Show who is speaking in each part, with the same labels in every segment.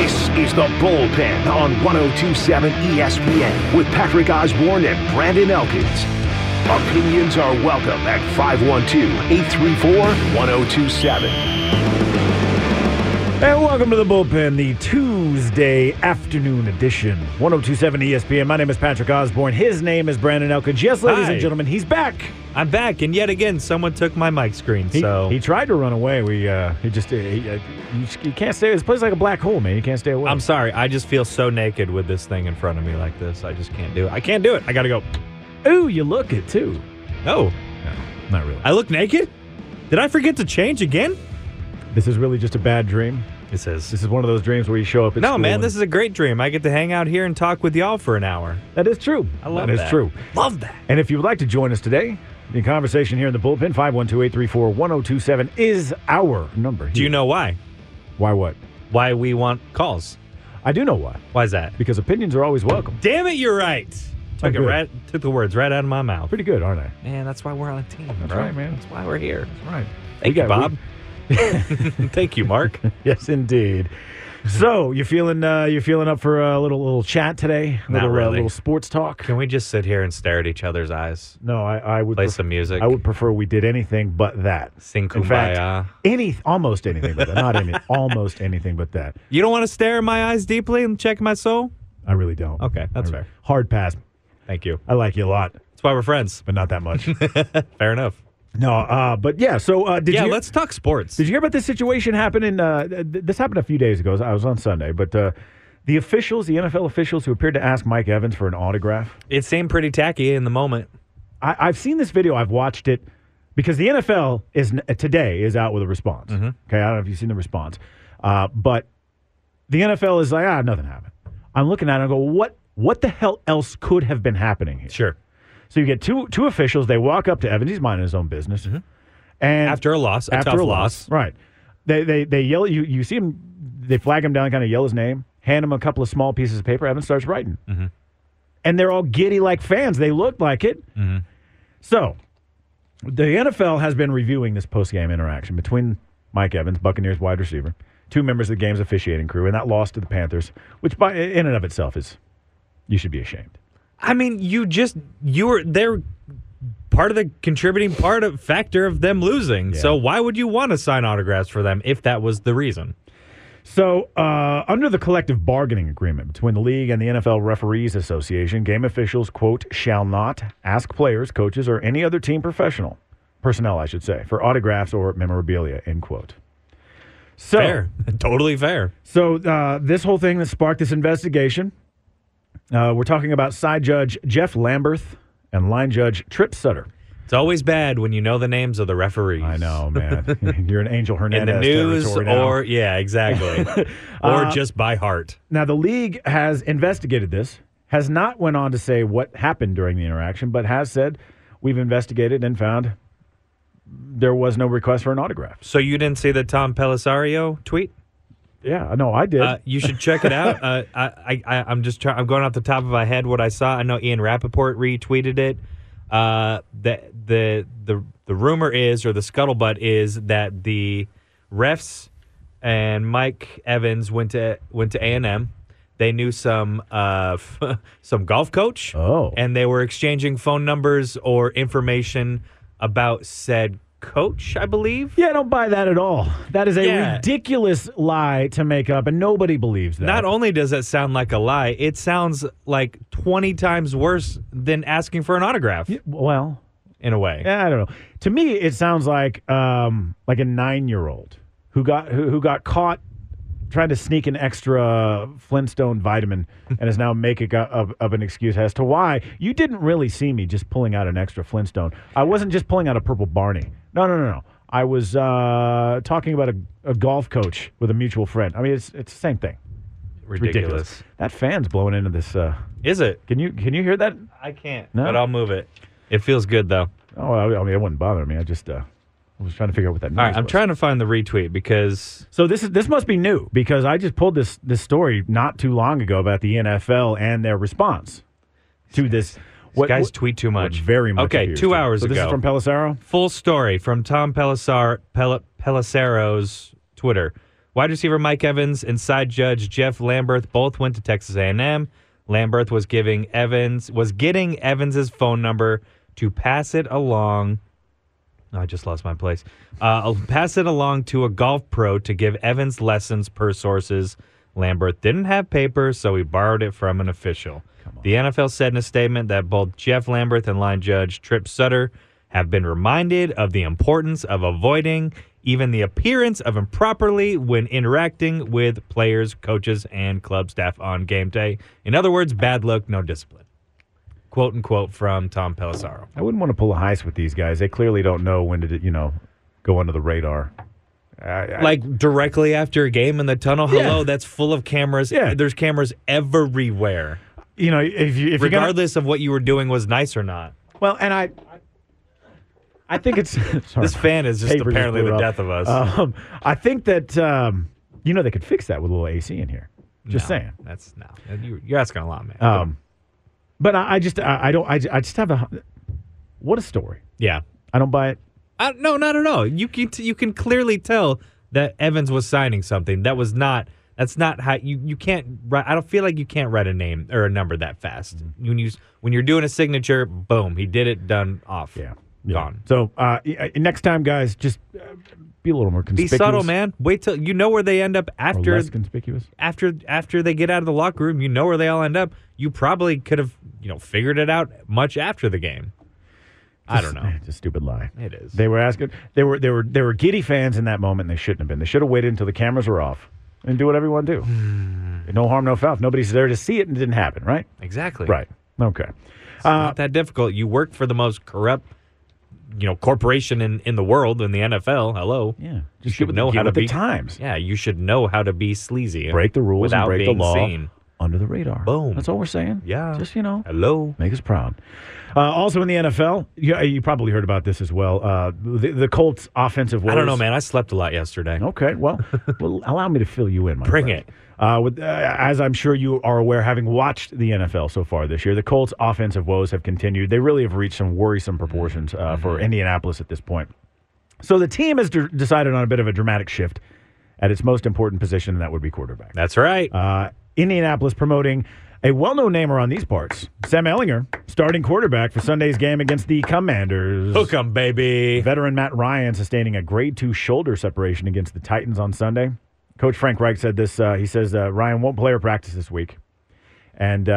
Speaker 1: is the bullpen on 1027 ESPN with Patrick Osborne and Brandon Elkins. Opinions are welcome at 512 834 1027.
Speaker 2: And welcome to the bullpen, the Tuesday afternoon edition, 1027 ESPN. My name is Patrick Osborne. His name is Brandon Elkins. Yes, ladies
Speaker 3: Hi.
Speaker 2: and gentlemen, he's back.
Speaker 3: I'm back, and yet again, someone took my mic screen.
Speaker 2: He,
Speaker 3: so
Speaker 2: he tried to run away. We uh, he just he, uh, you, just- you can't stay. This place is like a black hole, man. You can't stay away.
Speaker 3: I'm sorry. I just feel so naked with this thing in front of me like this. I just can't do it. I can't do it. I gotta go.
Speaker 2: Ooh, you look it too.
Speaker 3: Oh,
Speaker 2: No, not really.
Speaker 3: I look naked. Did I forget to change again?
Speaker 2: This is really just a bad dream.
Speaker 3: It says.
Speaker 2: This is one of those dreams where you show up. At
Speaker 3: No,
Speaker 2: school
Speaker 3: man,
Speaker 2: and-
Speaker 3: this is a great dream. I get to hang out here and talk with y'all for an hour.
Speaker 2: that is true.
Speaker 3: I love
Speaker 2: that
Speaker 3: that.
Speaker 2: is true.
Speaker 3: Love that.
Speaker 2: And if you would like to join us today, the conversation here in the bullpen, 512-834-1027 is our number.
Speaker 3: Do you know why?
Speaker 2: why what?
Speaker 3: Why we want calls?
Speaker 2: I do know why.
Speaker 3: Why is that?
Speaker 2: Because opinions are always welcome.
Speaker 3: Damn it, you're right. Took, it
Speaker 2: Oh, good.
Speaker 3: right, took the words right out of my mouth.
Speaker 2: Pretty good, aren't I?
Speaker 3: Man, that's why we're on a team. That's
Speaker 2: right, man.
Speaker 3: That's why we're here.
Speaker 2: Right.
Speaker 3: Thank you, Bob. Thank you, Mark.
Speaker 2: yes, indeed. So you feeling uh, you feeling up for a little little chat today?
Speaker 3: Not
Speaker 2: little, uh,
Speaker 3: really.
Speaker 2: little sports talk.
Speaker 3: Can we just sit here and stare at each other's eyes?
Speaker 2: No, I, I would
Speaker 3: Play
Speaker 2: pref-
Speaker 3: some music.
Speaker 2: I would prefer we did anything but that.
Speaker 3: Sing
Speaker 2: In fact,
Speaker 3: Kumbaya.
Speaker 2: any almost anything but that. Not any almost anything but that.
Speaker 3: You don't want to stare in my eyes deeply and check my soul?
Speaker 2: I really don't.
Speaker 3: Okay, that's
Speaker 2: I-
Speaker 3: fair.
Speaker 2: Hard pass.
Speaker 3: Thank you.
Speaker 2: I like you a lot,
Speaker 3: That's why we're friends.
Speaker 2: but not that much.
Speaker 3: Fair enough.
Speaker 2: no, uh, but yeah. So uh, did
Speaker 3: yeah,
Speaker 2: you?
Speaker 3: let's talk sports.
Speaker 2: Did you hear about this situation happening? Uh, th- th- this happened a few days ago. I was on Sunday, but uh, the officials, the NFL officials who appeared to ask Mike Evans for an autograph.
Speaker 3: It seemed pretty tacky in the moment.
Speaker 2: I- I've seen this video. I've watched it because the NFL is n- today is out with a response. Okay, I don't know if you've seen the response, uh, but the NFL is like, ah, nothing happened. I'm looking at it and I go, what? What the hell else could have been happening here?
Speaker 3: Sure.
Speaker 2: So you get two two officials. They walk up to Evans. He's minding his own business, and
Speaker 3: After a loss, a
Speaker 2: after
Speaker 3: tough
Speaker 2: a loss.
Speaker 3: loss.
Speaker 2: Right. They they they yell. You you see him. They flag him down, kind of yell his name, hand him a couple of small pieces of paper. Evan starts writing,
Speaker 3: Mm-hmm.
Speaker 2: and they're all giddy like fans. They look like it.
Speaker 3: Mm-hmm.
Speaker 2: So, the NFL has been reviewing this post game interaction between Mike Evans, Buccaneers wide receiver, two members of the game's officiating crew, and that loss to the Panthers, which by in and of itself is you should be ashamed.
Speaker 3: I mean, you just you were they're part of the contributing part of factor of them losing. So why would you want to sign autographs for them if that was the reason?
Speaker 2: So, uh, under the collective bargaining agreement between the league and the NFL Referees Association, game officials, quote, shall not ask players, coaches, or any other team professional, personnel, I should say, for autographs or memorabilia, end quote. So,
Speaker 3: Fair. totally fair.
Speaker 2: so uh, this whole thing that sparked this investigation, uh, we're talking about side judge Jeff Lamberth and line judge Trip Sutter.
Speaker 3: It's always bad when you know the names of the referees.
Speaker 2: I know, man. You're an Angel
Speaker 3: In
Speaker 2: Hernandez.
Speaker 3: the news
Speaker 2: territory now.
Speaker 3: or yeah, exactly. or just by heart.
Speaker 2: Now, the league has investigated this, has not went on to say what happened during the interaction, but has said we've investigated and found there was no request for an autograph.
Speaker 3: So you didn't see the Tom Pellisario tweet?
Speaker 2: Yeah, no, I did.
Speaker 3: Uh, you should check it out. uh, I, I, I, I'm just trying. I'm going off the top of my head what I saw. I know Ian Rappaport retweeted it. Uh, the the the the rumor is, or the scuttlebutt is, that the refs and Mike Evans went to went to A and M. They knew some uh, some golf coach.
Speaker 2: Oh.
Speaker 3: and they were exchanging phone numbers or information about said coach, I believe.
Speaker 2: yeah, I don't buy that at all. That is a
Speaker 3: Yeah.
Speaker 2: ridiculous lie to make up, and nobody believes that.
Speaker 3: Not only does that sound like a lie, it sounds like 20 times worse than asking for an autograph
Speaker 2: well,
Speaker 3: in a way.
Speaker 2: yeah, Eh, I don't know. To me, it sounds like um, like a nine-year-old who got who, who got caught trying to sneak an extra Flintstone vitamin and is now making up of, of an excuse as to why you didn't really see me just pulling out an extra Flintstone. I wasn't just pulling out a purple Barney. No, no, no, no. I was uh, talking about a, a golf coach with a mutual friend. I mean, it's it's the same thing. It's
Speaker 3: Ridiculous.
Speaker 2: ridiculous. That fan's blowing into this. Uh,
Speaker 3: Is it?
Speaker 2: can you can you hear that?
Speaker 3: I can't,
Speaker 2: No?
Speaker 3: but I'll move it. It feels good though.
Speaker 2: Oh, I, I mean, it wouldn't bother me. I just uh, I was trying to figure out what that. Noise
Speaker 3: All right, I'm
Speaker 2: was.
Speaker 3: trying to find the retweet because
Speaker 2: So this is this must be new because I just pulled this this story not too long ago about the NFL and their response to this.
Speaker 3: these guys tweet too much.
Speaker 2: Very much.
Speaker 3: Okay,
Speaker 2: appears
Speaker 3: two
Speaker 2: to.
Speaker 3: hours
Speaker 2: so
Speaker 3: ago.
Speaker 2: This is from Pelissero.
Speaker 3: Full story from Tom Pelissar, Pel- Pelissaro's Twitter. Wide receiver Mike Evans and side judge Jeff Lamberth both went to Texas A&M. Lamberth was giving Evans was getting Evans's phone number to pass it along. I just lost my place. Uh, I'll pass it along to a golf pro to give Evans lessons per sources. Lambert didn't have paper, so he borrowed it from an official. The NFL said in a statement that both Jeff Lambert and line judge Trip Sutter have been reminded of the importance of avoiding even the appearance of improperly when interacting with players, coaches, and club staff on game day. In other words, bad luck, no discipline. Quote unquote from Tom Pelissaro.
Speaker 2: I wouldn't want to pull a heist with these guys. They clearly don't know when to, you know, go under the radar. I, I-
Speaker 3: like directly after a game in the tunnel. Hello,
Speaker 2: Yeah.
Speaker 3: that's full of cameras.
Speaker 2: Yeah.
Speaker 3: There's cameras everywhere.
Speaker 2: you know, if you if you're gonna,
Speaker 3: Regardless of what you were doing was nice or not.
Speaker 2: well, and I, I think it's sorry.
Speaker 3: This fan is just
Speaker 2: Paper just
Speaker 3: apparently
Speaker 2: blew
Speaker 3: the
Speaker 2: up.
Speaker 3: death of us.
Speaker 2: Um, I think that um, you know they could fix that with a little AC in here. Just
Speaker 3: No,
Speaker 2: saying.
Speaker 3: That's no. You- You're asking a lot, man.
Speaker 2: Um, but I, I just I, I don't I, I just have a what a story.
Speaker 3: yeah.
Speaker 2: I don't buy it.
Speaker 3: I, no, not at all. You can t- you can clearly tell that Evans was signing something that was not. That's not how you you can't. Write, I don't feel like you can't write a name or a number that fast.
Speaker 2: Mm-hmm.
Speaker 3: When you s- when you're doing a signature, boom, he did it. Done. Off.
Speaker 2: Yeah,
Speaker 3: Gone.
Speaker 2: So uh, y- uh, next time, guys, just uh, be a little more
Speaker 3: Be
Speaker 2: conspicuous.
Speaker 3: subtle, man. Wait till you know where they end up
Speaker 2: Or
Speaker 3: after
Speaker 2: less conspicuous.
Speaker 3: after after they get out of the locker room. You know where they all end up. You probably could have you know figured it out much after the game. I don't know.
Speaker 2: It's a stupid lie.
Speaker 3: It is.
Speaker 2: They were asking. They were. They were. They were giddy fans in that moment. And they shouldn't have been. They should have waited until the cameras were off and do what everyone do.
Speaker 3: Hmm.
Speaker 2: no harm, no foul. If nobody's there to see it, and it didn't happen. Right.
Speaker 3: exactly.
Speaker 2: Right. Okay.
Speaker 3: It's
Speaker 2: Uh,
Speaker 3: not that difficult. You work for the most corrupt you know corporation in in the world in the NFL. Hello.
Speaker 2: Yeah.
Speaker 3: You
Speaker 2: Just
Speaker 3: should
Speaker 2: get with the-
Speaker 3: know
Speaker 2: get
Speaker 3: how to
Speaker 2: with the
Speaker 3: be
Speaker 2: times.
Speaker 3: Yeah, you should know how to be sleazy.
Speaker 2: Break the rules
Speaker 3: without
Speaker 2: and break
Speaker 3: being
Speaker 2: the law
Speaker 3: Seen.
Speaker 2: under the radar.
Speaker 3: Boom.
Speaker 2: That's all we're saying.
Speaker 3: Yeah.
Speaker 2: Just you know.
Speaker 3: Hello.
Speaker 2: Make us proud. Uh, also in the NFL, you, uh, you probably heard about this as well. Uh, the, the Colts offensive.
Speaker 3: I
Speaker 2: woes-
Speaker 3: don't know, man. I slept a lot yesterday.
Speaker 2: Okay, well, well, allow me to fill you in. My
Speaker 3: Bring
Speaker 2: friend.
Speaker 3: it.
Speaker 2: Uh, with, uh, as I'm sure you are aware, having watched the NFL so far this year, the Colts' offensive woes have continued. They really have reached some worrisome proportions uh,
Speaker 3: Mm-hmm.
Speaker 2: for Indianapolis at this point. So the team has de- decided on a bit of a dramatic shift at its most important position, and that would be quarterback.
Speaker 3: That's right.
Speaker 2: Uh, Indianapolis promoting a well-known name around these parts, Sam Ellinger, starting quarterback for Sunday's game against the Commanders.
Speaker 3: Hook 'em, baby.
Speaker 2: Veteran Matt Ryan sustaining a grade two shoulder separation against the Titans on Sunday. Coach Frank Reich said this. Uh, he says uh, Ryan won't play or practice this week, and uh,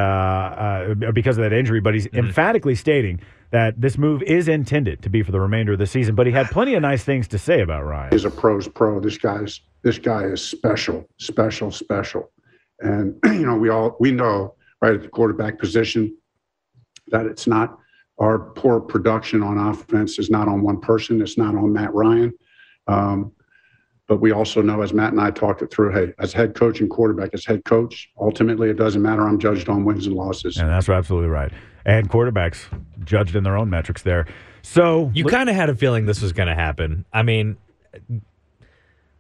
Speaker 2: uh, because of that injury. But he's emphatically stating that this move is intended to be for the remainder of the season. But he had plenty of nice things to say about Ryan.
Speaker 4: is a pro's pro. This guy's this guy is special, special, special. And you know, we all we know right at the quarterback position that it's not our poor production on offense is not on one person. It's not on Matt Ryan. Um, but we also know, as Matt and I talked it through, hey, as head coach and quarterback, as head coach, ultimately it doesn't matter. I'm judged on wins and losses.
Speaker 2: And that's absolutely right. And quarterbacks judged in their own metrics there. So
Speaker 3: You kind of had a feeling this was going to happen. I mean,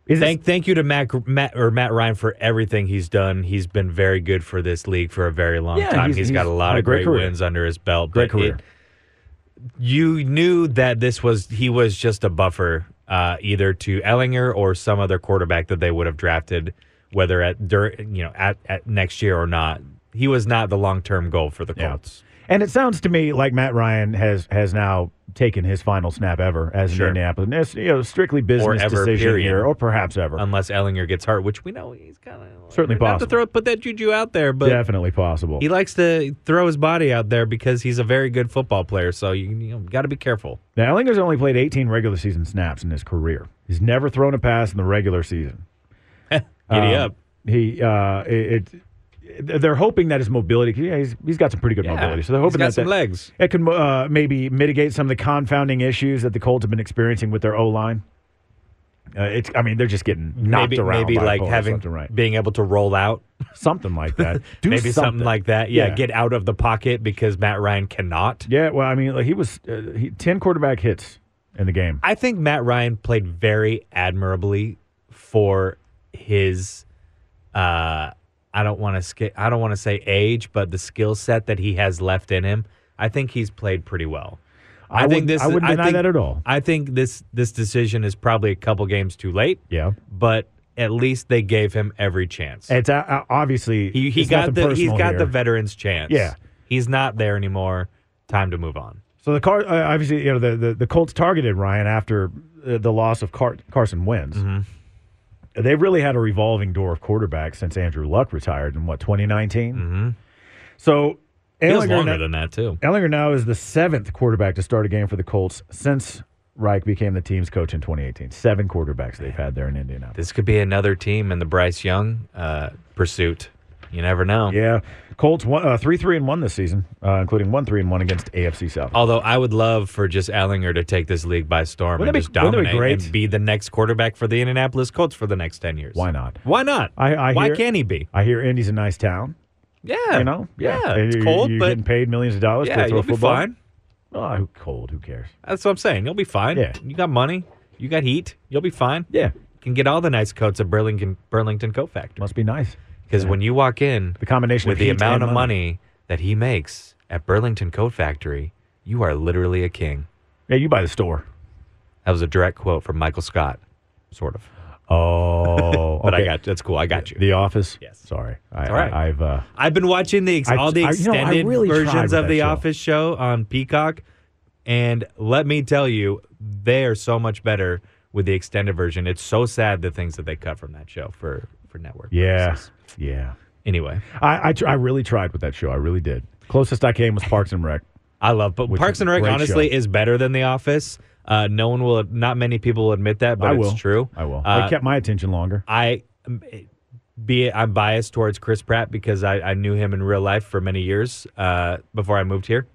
Speaker 2: is this-
Speaker 3: thank thank you to Mac, Matt or Matt Ryan for everything he's done. He's been very good for this league for a very long
Speaker 2: Yeah,
Speaker 3: time.
Speaker 2: he's-
Speaker 3: he's got a
Speaker 2: he's
Speaker 3: lot
Speaker 2: had a
Speaker 3: of
Speaker 2: great
Speaker 3: great,
Speaker 2: career.
Speaker 3: wins under his belt.
Speaker 2: Great
Speaker 3: but it-
Speaker 2: career.
Speaker 3: you knew that this was he was just a buffer, uh, either to Ellinger or some other quarterback that they would have drafted, whether at dur- you know at, at next year or not. He was not the long term goal for the
Speaker 2: Yeah.
Speaker 3: Colts.
Speaker 2: And it sounds to me like Matt Ryan has has now taken his final snap ever as
Speaker 3: Sure.
Speaker 2: an Indianapolis. It's, you know, strictly business
Speaker 3: ever,
Speaker 2: decision
Speaker 3: period. Um,
Speaker 2: here, or perhaps ever.
Speaker 3: Unless Ellinger gets hurt, which we know he's kind of
Speaker 2: Certainly
Speaker 3: not to
Speaker 2: possible.
Speaker 3: throw put that juju out there, but
Speaker 2: Definitely possible.
Speaker 3: He likes to throw his body out there because he's a very good football player. So you, you know, got to be careful.
Speaker 2: Now, Ellinger's only played 18 regular season snaps in his career. He's never thrown a pass in the regular season.
Speaker 3: Giddy
Speaker 2: Um,
Speaker 3: up.
Speaker 2: He uh, it, it. They're hoping that his mobility. Yeah, he's he's got some pretty good mobility. So they're
Speaker 3: He's
Speaker 2: hoping
Speaker 3: got
Speaker 2: that
Speaker 3: some
Speaker 2: that-
Speaker 3: legs.
Speaker 2: It could uh, maybe mitigate some of the confounding issues that the Colts have been experiencing with their O line. Uh, it's. I mean, they're just getting knocked
Speaker 3: maybe
Speaker 2: around.
Speaker 3: maybe
Speaker 2: by
Speaker 3: like
Speaker 2: opponents
Speaker 3: having
Speaker 2: left and right.
Speaker 3: being able to roll out.
Speaker 2: something like that. Do
Speaker 3: maybe something. like that. Yeah,
Speaker 2: Yeah.
Speaker 3: get out of the pocket because Matt Ryan cannot.
Speaker 2: Yeah, well, I mean, like he was uh, he, ten quarterback hits in the game.
Speaker 3: I think Matt Ryan played very admirably for his. Uh, I don't want to sk- I don't want to say age, but the skill set that he has left in him. I think he's played pretty well. I,
Speaker 2: wouldn't-
Speaker 3: think this.
Speaker 2: I wouldn't
Speaker 3: I
Speaker 2: deny
Speaker 3: think-
Speaker 2: that at all.
Speaker 3: I think this this decision is probably a couple games too late.
Speaker 2: Yeah,
Speaker 3: but at least they gave him every chance.
Speaker 2: It's uh, uh, obviously
Speaker 3: he he
Speaker 2: it's
Speaker 3: got
Speaker 2: nothing
Speaker 3: the he's
Speaker 2: personal
Speaker 3: got the
Speaker 2: here.
Speaker 3: veterans chance.
Speaker 2: Yeah.
Speaker 3: he's not there anymore. Time to move on.
Speaker 2: So the car, uh, obviously, you know the, the the Colts targeted Ryan after uh, the loss of Car- Carson Wentz.
Speaker 3: Mm-hmm.
Speaker 2: They really had a revolving door of quarterbacks since Andrew Luck retired in what 2019.
Speaker 3: Mhm.
Speaker 2: So
Speaker 3: Feels
Speaker 2: Ellinger
Speaker 3: longer
Speaker 2: now,
Speaker 3: than that too.
Speaker 2: Ellinger now is the seventh quarterback to start a game for the Colts since Reich became the team's coach in 2018. Seven quarterbacks they've had there in Indianapolis.
Speaker 3: This could be another team in the Bryce Young uh, pursuit. You never know.
Speaker 2: Yeah, Colts won, uh, three three and one this season, uh, including one three and one against AFC South.
Speaker 3: Although I would love for just Ellinger to take this league by storm
Speaker 2: Wouldn't
Speaker 3: and
Speaker 2: that be-
Speaker 3: just
Speaker 2: wouldn't that be
Speaker 3: dominate
Speaker 2: great?
Speaker 3: and be the next quarterback for the Indianapolis Colts for the next ten years.
Speaker 2: Why not?
Speaker 3: Why not?
Speaker 2: I- I
Speaker 3: Why
Speaker 2: hear-
Speaker 3: can't he be?
Speaker 2: I hear Indy's a nice town.
Speaker 3: Yeah,
Speaker 2: You know,
Speaker 3: it's
Speaker 2: you
Speaker 3: cold,
Speaker 2: you're
Speaker 3: but
Speaker 2: getting paid millions of dollars
Speaker 3: yeah,
Speaker 2: to throw
Speaker 3: you'll be
Speaker 2: football.
Speaker 3: fine.
Speaker 2: Oh, who cold? Who cares?
Speaker 3: That's what I'm saying. You'll be fine.
Speaker 2: Yeah.
Speaker 3: you got money. You got heat. You'll be fine.
Speaker 2: Yeah,
Speaker 3: can get all the nice coats at Burlington Burlington Coat Factory.
Speaker 2: must be nice.
Speaker 3: Because when you walk in
Speaker 2: The combination
Speaker 3: with
Speaker 2: of
Speaker 3: the
Speaker 2: heat
Speaker 3: amount
Speaker 2: and
Speaker 3: of money that he makes at Burlington Coat Factory, you are literally a king.
Speaker 2: Yeah, you buy the store.
Speaker 3: That was a direct quote from Michael Scott, sort of.
Speaker 2: Oh,
Speaker 3: But I
Speaker 2: okay.
Speaker 3: got that's cool. I got you.
Speaker 2: The Office.
Speaker 3: Yes.
Speaker 2: Sorry, I,
Speaker 3: all right.
Speaker 2: I, have uh,
Speaker 3: I've been watching the ex-
Speaker 2: I've-
Speaker 3: all the
Speaker 2: I- you know, I
Speaker 3: extended
Speaker 2: really tried
Speaker 3: versions
Speaker 2: with
Speaker 3: of
Speaker 2: that
Speaker 3: the
Speaker 2: show.
Speaker 3: Office show on Peacock, and let me tell you, they are so much better with the extended version. It's so sad the things that they cut from that show for for network.
Speaker 2: yeah,
Speaker 3: purposes.
Speaker 2: yeah.
Speaker 3: Anyway,
Speaker 2: I I, tr- I really tried with that show. I really did. Closest I came was Parks and Rec.
Speaker 3: I love, but
Speaker 2: Which
Speaker 3: Parks
Speaker 2: is a
Speaker 3: and Rec
Speaker 2: great
Speaker 3: honestly
Speaker 2: show.
Speaker 3: is better than The Office. Uh, no one will, not many people will admit that, but
Speaker 2: I will.
Speaker 3: it's true.
Speaker 2: I will.
Speaker 3: Uh,
Speaker 2: I kept my attention longer.
Speaker 3: I um, be it, I'm biased towards Chris Pratt because I, I knew him in real life for many years uh, before I moved here.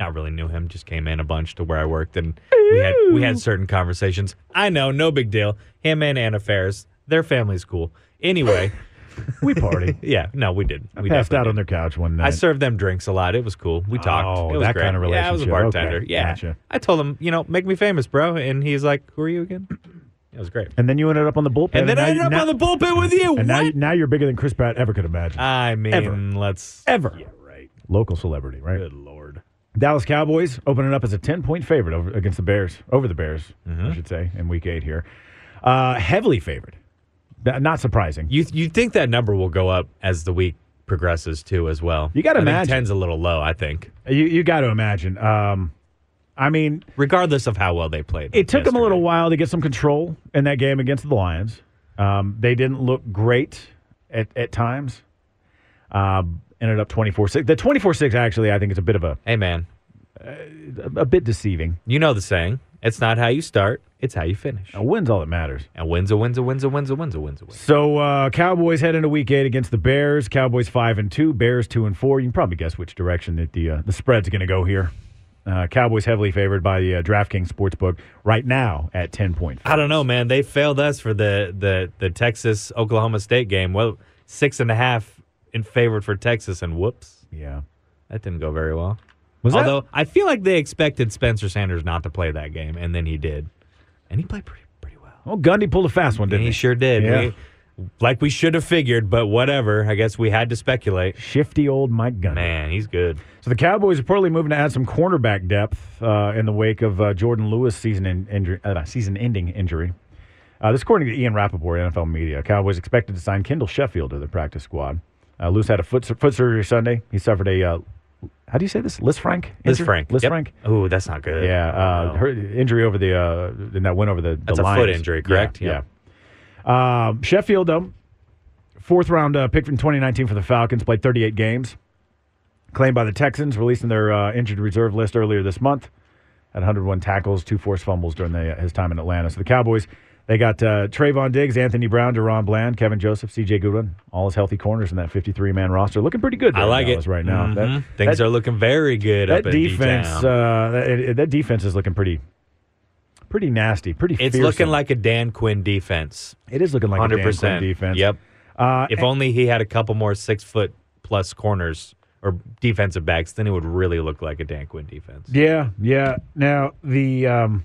Speaker 3: Not really knew him, just came in a bunch to where I worked, and we had we had certain conversations. I know, no big deal. Him and Anna Faris, their family's cool. Anyway,
Speaker 2: We party.
Speaker 3: yeah, no, we did.
Speaker 2: I
Speaker 3: we
Speaker 2: passed
Speaker 3: definitely
Speaker 2: out
Speaker 3: did.
Speaker 2: on their couch one night.
Speaker 3: I served them drinks a lot. It was cool. We talked.
Speaker 2: Oh,
Speaker 3: it was
Speaker 2: that
Speaker 3: great.
Speaker 2: kind of
Speaker 3: Yeah, I was a
Speaker 2: relationship.
Speaker 3: bartender.
Speaker 2: Okay,
Speaker 3: Yeah.
Speaker 2: gotcha.
Speaker 3: I told him, you know, make me famous, bro. And he's like, who are you again? It was great.
Speaker 2: and then you ended up on the bullpen.
Speaker 3: And then I
Speaker 2: now you-
Speaker 3: ended up
Speaker 2: now-
Speaker 3: on the bullpen with you.
Speaker 2: And now,
Speaker 3: What?
Speaker 2: you- now you're bigger than Chris Pratt ever could imagine.
Speaker 3: I mean,
Speaker 2: Ever.
Speaker 3: let's.
Speaker 2: Ever.
Speaker 3: Yeah, right.
Speaker 2: Local celebrity, right?
Speaker 3: Good lord.
Speaker 2: Dallas Cowboys opening up as a 10 point favorite over, against the Bears, over the Bears,
Speaker 3: Mm-hmm.
Speaker 2: I should say, in week eight here. Uh, heavily favored. Th- Not surprising.
Speaker 3: You you think that number will go up as the week progresses too, as well?
Speaker 2: You gotta
Speaker 3: I think
Speaker 2: imagine.
Speaker 3: ten's a little low. I think,
Speaker 2: You, you got to imagine. Um, I mean,
Speaker 3: regardless of how well they played.
Speaker 2: it took them a
Speaker 3: yesterday.
Speaker 2: little while to get some control in that game against the Lions. Um, they didn't look great at, at times. Um, ended up 24 6. The 24 6, actually, I think it's a bit of a,
Speaker 3: Hey man,
Speaker 2: a bit deceiving.
Speaker 3: you know the saying: it's not how you start, it's how you finish.
Speaker 2: A win's all that matters.
Speaker 3: And wins a wins a wins a wins a wins a wins a wins.
Speaker 2: So uh, Cowboys head into Week Eight against the Bears. Cowboys five and two, Bears two and four. You can probably guess which direction that the uh, the spread's going to go here. Uh, Cowboys heavily favored by the uh, DraftKings sportsbook right now at ten point.
Speaker 3: I don't know, man. They failed us for the the the Texas Oklahoma State game. Well, six and a half in favored for Texas, and whoops,
Speaker 2: Yeah,
Speaker 3: that didn't go very well.
Speaker 2: Was that-
Speaker 3: Although I feel like they expected Spencer Sanders not to play that game, and then he did, and he played pretty pretty well.
Speaker 2: well, Oh, Gundy pulled a fast one,
Speaker 3: And
Speaker 2: didn't
Speaker 3: he
Speaker 2: he?
Speaker 3: sure did.
Speaker 2: Yeah.
Speaker 3: We- like we should have figured, but whatever. I guess we had to speculate.
Speaker 2: Shifty old Mike Gundy.
Speaker 3: Man, he's good.
Speaker 2: So the Cowboys reportedly moving to add some cornerback depth uh, in the wake of uh, Jordan Lewis' season in, injury, uh, season-ending injury. Uh, this according to Ian Rappaport, NFL media. Cowboys expected to sign Kendall Sheffield to the practice squad. Uh, Lewis had a foot, sur- foot surgery Sunday. He suffered a uh, how do you say this? Liz Frank.
Speaker 3: Liz Frank.
Speaker 2: Liz
Speaker 3: Yep.
Speaker 2: Frank.
Speaker 3: Ooh, that's not good.
Speaker 2: Yeah,
Speaker 3: Oh,
Speaker 2: uh,
Speaker 3: no.
Speaker 2: her injury over the uh, and that went over the. the
Speaker 3: That's a foot
Speaker 2: Lions.
Speaker 3: injury,
Speaker 2: Yeah,
Speaker 3: correct?
Speaker 2: Yeah.
Speaker 3: Yep.
Speaker 2: Um, Sheffield, though, fourth round uh, pick from 2019 for the Falcons, played 38 games. Claimed by the Texans, releasing their uh, injured reserve list earlier this month. Had 101 tackles, two forced fumbles during the, uh, his time in Atlanta. So the Cowboys, they got uh, Trayvon Diggs, Anthony Brown, Deron Bland, Kevin Joseph, C.J. Goodwin, all his healthy corners in that 53-man roster, looking pretty good.
Speaker 3: I
Speaker 2: there in
Speaker 3: like
Speaker 2: Dallas
Speaker 3: it
Speaker 2: right now. That-
Speaker 3: Mhm. Things
Speaker 2: that-
Speaker 3: are looking very good.
Speaker 2: that
Speaker 3: up
Speaker 2: defense,
Speaker 3: In D-town.
Speaker 2: uh, that, it- that defense is looking pretty, pretty nasty, pretty.
Speaker 3: it's
Speaker 2: fearsome.
Speaker 3: looking like a Dan Quinn defense.
Speaker 2: it is looking like a
Speaker 3: Hundred
Speaker 2: damn good
Speaker 3: percent
Speaker 2: defense.
Speaker 3: Yep.
Speaker 2: Uh,
Speaker 3: If only he had a couple more six foot plus corners or defensive backs, then it would really look like a Dan Quinn defense.
Speaker 2: yeah, yeah. Now the um,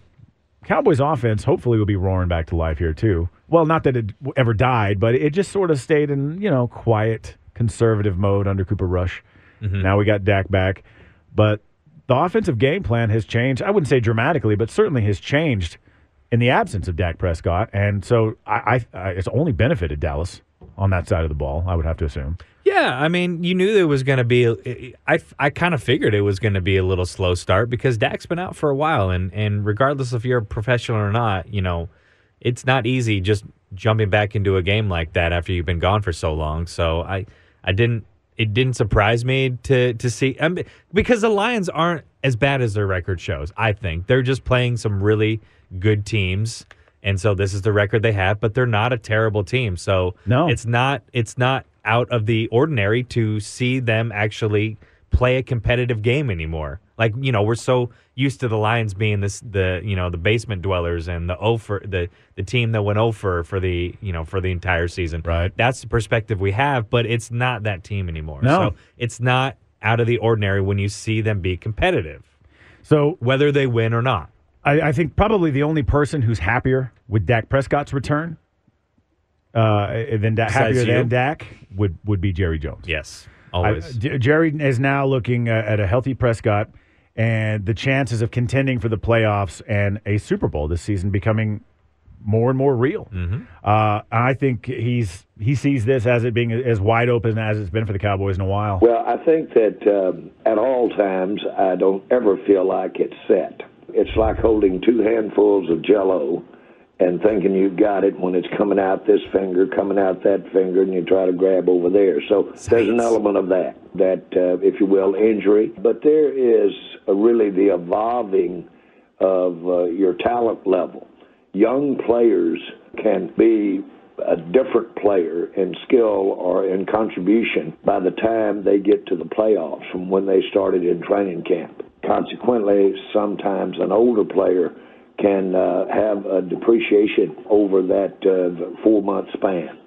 Speaker 2: Cowboys' offense hopefully will be roaring back to life here too. Well, not that it w- ever died, but it just sort of stayed in you know quiet conservative mode under Cooper Rush. Now we got Dak back, but the offensive game plan has changed. I wouldn't say dramatically, but certainly has changed in the absence of Dak Prescott, and so I, I, I it's only benefited Dallas on that side of the ball. I would have to assume.
Speaker 3: Yeah, I mean, you knew there was going to be. uh, I, I kind of figured it was going to be a little slow start because Dak's been out for a while, and and regardless if you're a professional or not, you know, it's not easy just jumping back into a game like that after you've been gone for so long. So I I didn't it didn't surprise me to to see I mean, because the Lions aren't as bad as their record shows. I think they're just playing some really good teams, and so this is the record they have. But they're not a terrible team, so
Speaker 2: No.
Speaker 3: it's not it's not out of the ordinary to see them actually play a competitive game anymore. Like you know, we're so used to the Lions being this the you know the basement dwellers and the over the the team that went over for the you know for the entire season.
Speaker 2: Right.
Speaker 3: That's the perspective we have, but it's not that team anymore.
Speaker 2: No.
Speaker 3: So it's not out of the ordinary when you see them be competitive,
Speaker 2: So
Speaker 3: whether they win or not.
Speaker 2: I, I think probably the only person who's happier with Dak Prescott's return uh, than Dak,
Speaker 3: Besides
Speaker 2: happier
Speaker 3: you?
Speaker 2: than Dak would would be Jerry Jones.
Speaker 3: Yes.
Speaker 2: I-
Speaker 3: Always.
Speaker 2: J- Jerry is now looking uh, at a healthy Prescott and the chances of contending for the playoffs and a Super Bowl this season becoming more and more real.
Speaker 3: Mm-hmm.
Speaker 2: Uh, I think he's he sees this as it being as wide open as it's been for the Cowboys in a while.
Speaker 5: Well, I think that um, at all times, I don't ever feel like it's set. It's like holding two handfuls of jello and thinking you've got it when it's coming out this finger, coming out that finger, and you try to grab over there. So there's an
Speaker 3: Science.
Speaker 5: element of that, that, uh, if you will, injury. But there is uh, really the evolving of uh, your talent level. Young players can be a different player in skill or in contribution by the time they get to the playoffs from when they started in training camp. Consequently, sometimes an older player can uh, have a depreciation over that uh, four month span.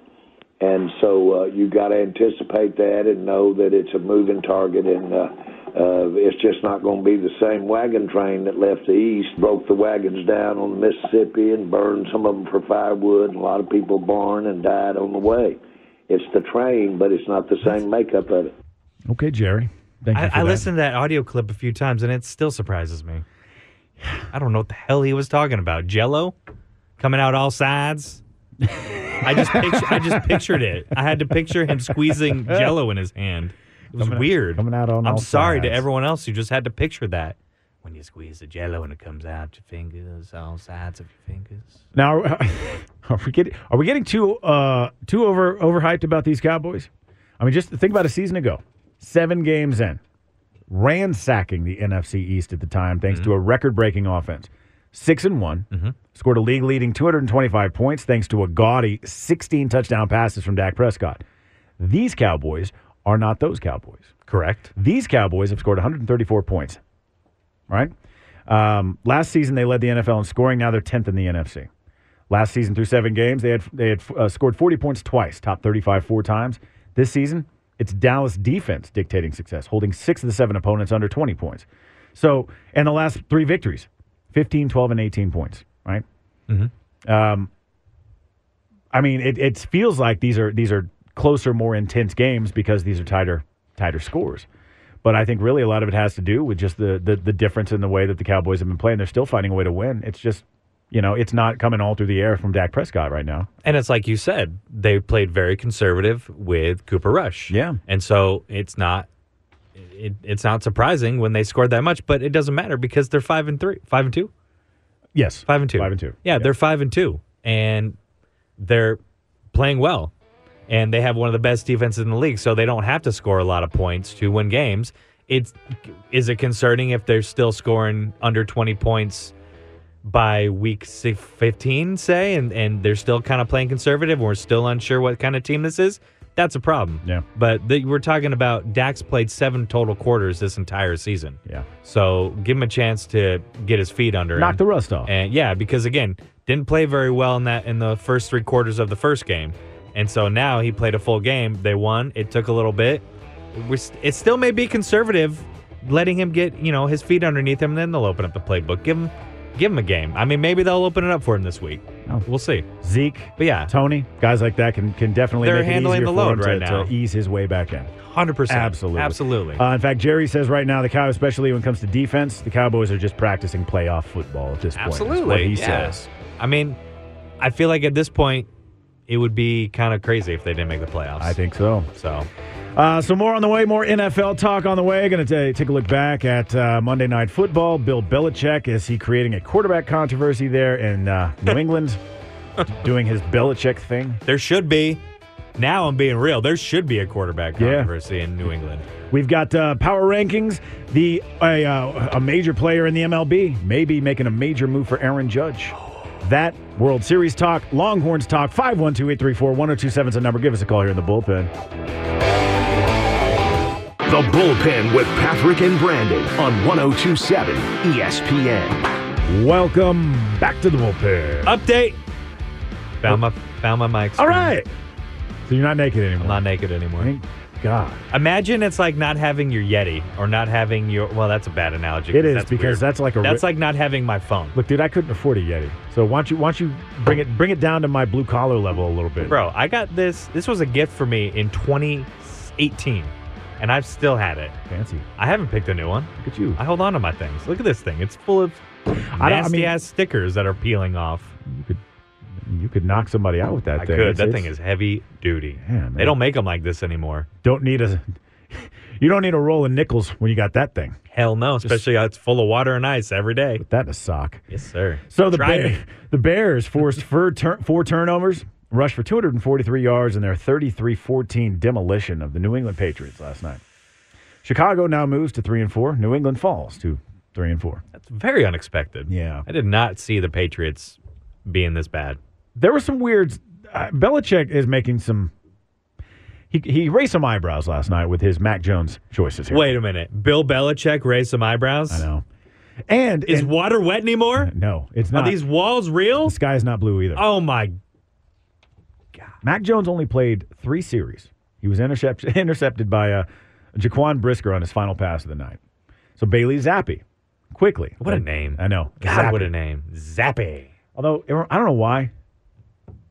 Speaker 5: And so uh, you got to anticipate that and know that it's a moving target, and uh, uh, it's just not going to be the same wagon train that left the east, broke the wagons down on the Mississippi, and burned some of them for firewood, and a lot of people burned and died on the way. It's the train, but it's not the same makeup of it.
Speaker 2: Okay, Jerry. Thank you.
Speaker 3: I,
Speaker 2: for
Speaker 3: I
Speaker 2: that.
Speaker 3: listened to that audio clip a few times and it still surprises me. I don't know what the hell he was talking about. Jello coming out all sides. I just picture, I just pictured it. I had to picture him squeezing Jello in his hand. It was
Speaker 2: Coming out-
Speaker 3: weird.
Speaker 2: coming out on
Speaker 3: I'm
Speaker 2: all
Speaker 3: sorry to
Speaker 2: sides.
Speaker 3: everyone else who just had to picture that. When you squeeze the Jello and it comes out your fingers, all sides of your fingers.
Speaker 2: Now, are, are we getting are we getting too uh, too over overhyped about these Cowboys? I mean, just think about a season ago, seven games in, ransacking the NFC East at the time, thanks to a record-breaking offense, six and one, scored a league-leading 225 points, thanks to a gaudy 16 touchdown passes from Dak Prescott. These Cowboys are not those Cowboys.
Speaker 3: Correct.
Speaker 2: These Cowboys have scored 134 points. Right? Um, last season they led the NFL in scoring. Now they're 10th in the NFC. Last season through seven games they had they had uh, scored 40 points twice, top 35 four times. This season it's Dallas defense dictating success, holding six of the seven opponents under 20 points. So, and the last three victories, 15, 12, and 18 points. Right? I mean, it, it feels like these are these are closer, more intense games because these are tighter tighter scores. But I think really a lot of it has to do with just the the, the difference in the way that the Cowboys have been playing. They're still finding a way to win. It's just you know, it's not coming all through the air from Dak Prescott right now.
Speaker 3: And it's like you said, they played very conservative with Cooper Rush.
Speaker 2: Yeah.
Speaker 3: And so it's not it, it's not surprising when they scored that much, but it doesn't matter because they're five and three, five and two,
Speaker 2: Yes,
Speaker 3: five and two,
Speaker 2: five and two.
Speaker 3: Yeah, they're five and two, and they're playing well, and they have one of the best defenses in the league, so they don't have to score a lot of points to win games. It's is it concerning if they're still scoring under twenty points by week si- 15, say, and, and they're still kind of playing conservative, and we're still unsure what kind of team this is, that's a problem.
Speaker 2: Yeah.
Speaker 3: But the, we're talking about Dax played seven total quarters this entire season.
Speaker 2: Yeah.
Speaker 3: So give him a chance to get his feet under
Speaker 2: knock
Speaker 3: him.
Speaker 2: the rust off.
Speaker 3: And yeah, because again, didn't play very well in that in the first three quarters of the first game, and so now he played a full game. They won. It took a little bit. We're, st- it still may be conservative, letting him get you know his feet underneath him. Then they'll open up the playbook. Give him, give him a game. I mean, maybe they'll open it up for him this week.
Speaker 2: Oh.
Speaker 3: We'll see.
Speaker 2: Zeke,
Speaker 3: But yeah,
Speaker 2: Tony, guys like that can can definitely
Speaker 3: They're
Speaker 2: make it
Speaker 3: handling
Speaker 2: easier
Speaker 3: the
Speaker 2: for
Speaker 3: load
Speaker 2: him to-
Speaker 3: right now.
Speaker 2: to ease his way back in.
Speaker 3: hundred percent.
Speaker 2: Absolutely.
Speaker 3: Absolutely.
Speaker 2: Uh, in fact, Jerry says right now the cow, especially when it comes to defense, the Cowboys are just practicing playoff football at this point. is what
Speaker 3: Absolutely.
Speaker 2: he
Speaker 3: yeah.
Speaker 2: says.
Speaker 3: I mean, I feel like at this point, it would be kind of crazy if they didn't make the playoffs.
Speaker 2: I think so.
Speaker 3: so.
Speaker 2: Uh, so more on the way, more NFL talk on the way. Going to take a look back at uh, Monday Night Football. Bill Belichick is he creating a quarterback controversy there in uh, New England, doing his Belichick thing?
Speaker 3: There should be. Now I'm being real. There should be a quarterback
Speaker 2: Yeah.
Speaker 3: controversy in New England.
Speaker 2: We've got uh, power rankings. The a, uh, a major player in the MLB maybe making a major move for Aaron Judge. That World Series talk, Longhorns talk. Five one two eight three four one zero two seven is the number. Give us a call here in the bullpen.
Speaker 1: The bullpen with Patrick and Brandon on 1027 ESPN.
Speaker 2: Welcome back to the bullpen.
Speaker 3: Update. Found my found my mic.
Speaker 2: All
Speaker 3: screen.
Speaker 2: right. So you're not naked anymore.
Speaker 3: I'm not naked anymore.
Speaker 2: Thank God.
Speaker 3: Imagine it's like not having your Yeti or not having your. Well, that's a bad analogy.
Speaker 2: It is because that's like a.
Speaker 3: that's
Speaker 2: ri-
Speaker 3: like not having my phone,
Speaker 2: Look, dude, I couldn't afford a Yeti. So why don't you why don't you bring it bring it down to my blue collar level a little bit,
Speaker 3: bro. I got this. This was a gift for me in 2018, and I've still had it.
Speaker 2: Fancy.
Speaker 3: I haven't picked a new one.
Speaker 2: Look at you.
Speaker 3: I hold on to my things. Look at this thing. It's full of
Speaker 2: I
Speaker 3: nasty
Speaker 2: don't- I mean-
Speaker 3: ass stickers that are peeling off.
Speaker 2: You could you could knock somebody out with that
Speaker 3: I
Speaker 2: thing.
Speaker 3: could.
Speaker 2: It's-
Speaker 3: that
Speaker 2: it's-
Speaker 3: thing is heavy duty.
Speaker 2: Yeah, man.
Speaker 3: they don't make them like this anymore.
Speaker 2: don't need a you don't need a roll of nickels when you got that thing.
Speaker 3: Hell no. Especially how it's full of water and ice every day.
Speaker 2: Put that in a sock.
Speaker 3: Yes, sir.
Speaker 2: So the
Speaker 3: Try
Speaker 2: Bear-
Speaker 3: me.
Speaker 2: the Bears forced four, tur- four turnovers, rushed for 243 yards in their 33-14 demolition of the New England Patriots last night. Chicago now moves to 3 and 4, New England falls to 3 and 4.
Speaker 3: That's very unexpected.
Speaker 2: Yeah.
Speaker 3: I did not see the Patriots being this bad.
Speaker 2: There were some weird uh, Belichick is making some he he raised some eyebrows last night with his Mac Jones choices here.
Speaker 3: Wait a minute. Bill Belichick raised some eyebrows.
Speaker 2: I know. And
Speaker 3: Is
Speaker 2: and-
Speaker 3: water wet anymore?
Speaker 2: no, it's
Speaker 3: Are
Speaker 2: not.
Speaker 3: these walls real?
Speaker 2: the sky is not blue either.
Speaker 3: Oh my
Speaker 2: Mac Jones only played three series. He was intercept- intercepted by uh, Jaquan Brisker on his final pass of the night. So Bailey Zappi, quickly.
Speaker 3: What a name.
Speaker 2: I know.
Speaker 3: God,
Speaker 2: Zappi.
Speaker 3: what a name. Zappy.
Speaker 2: Although, it, I don't know why.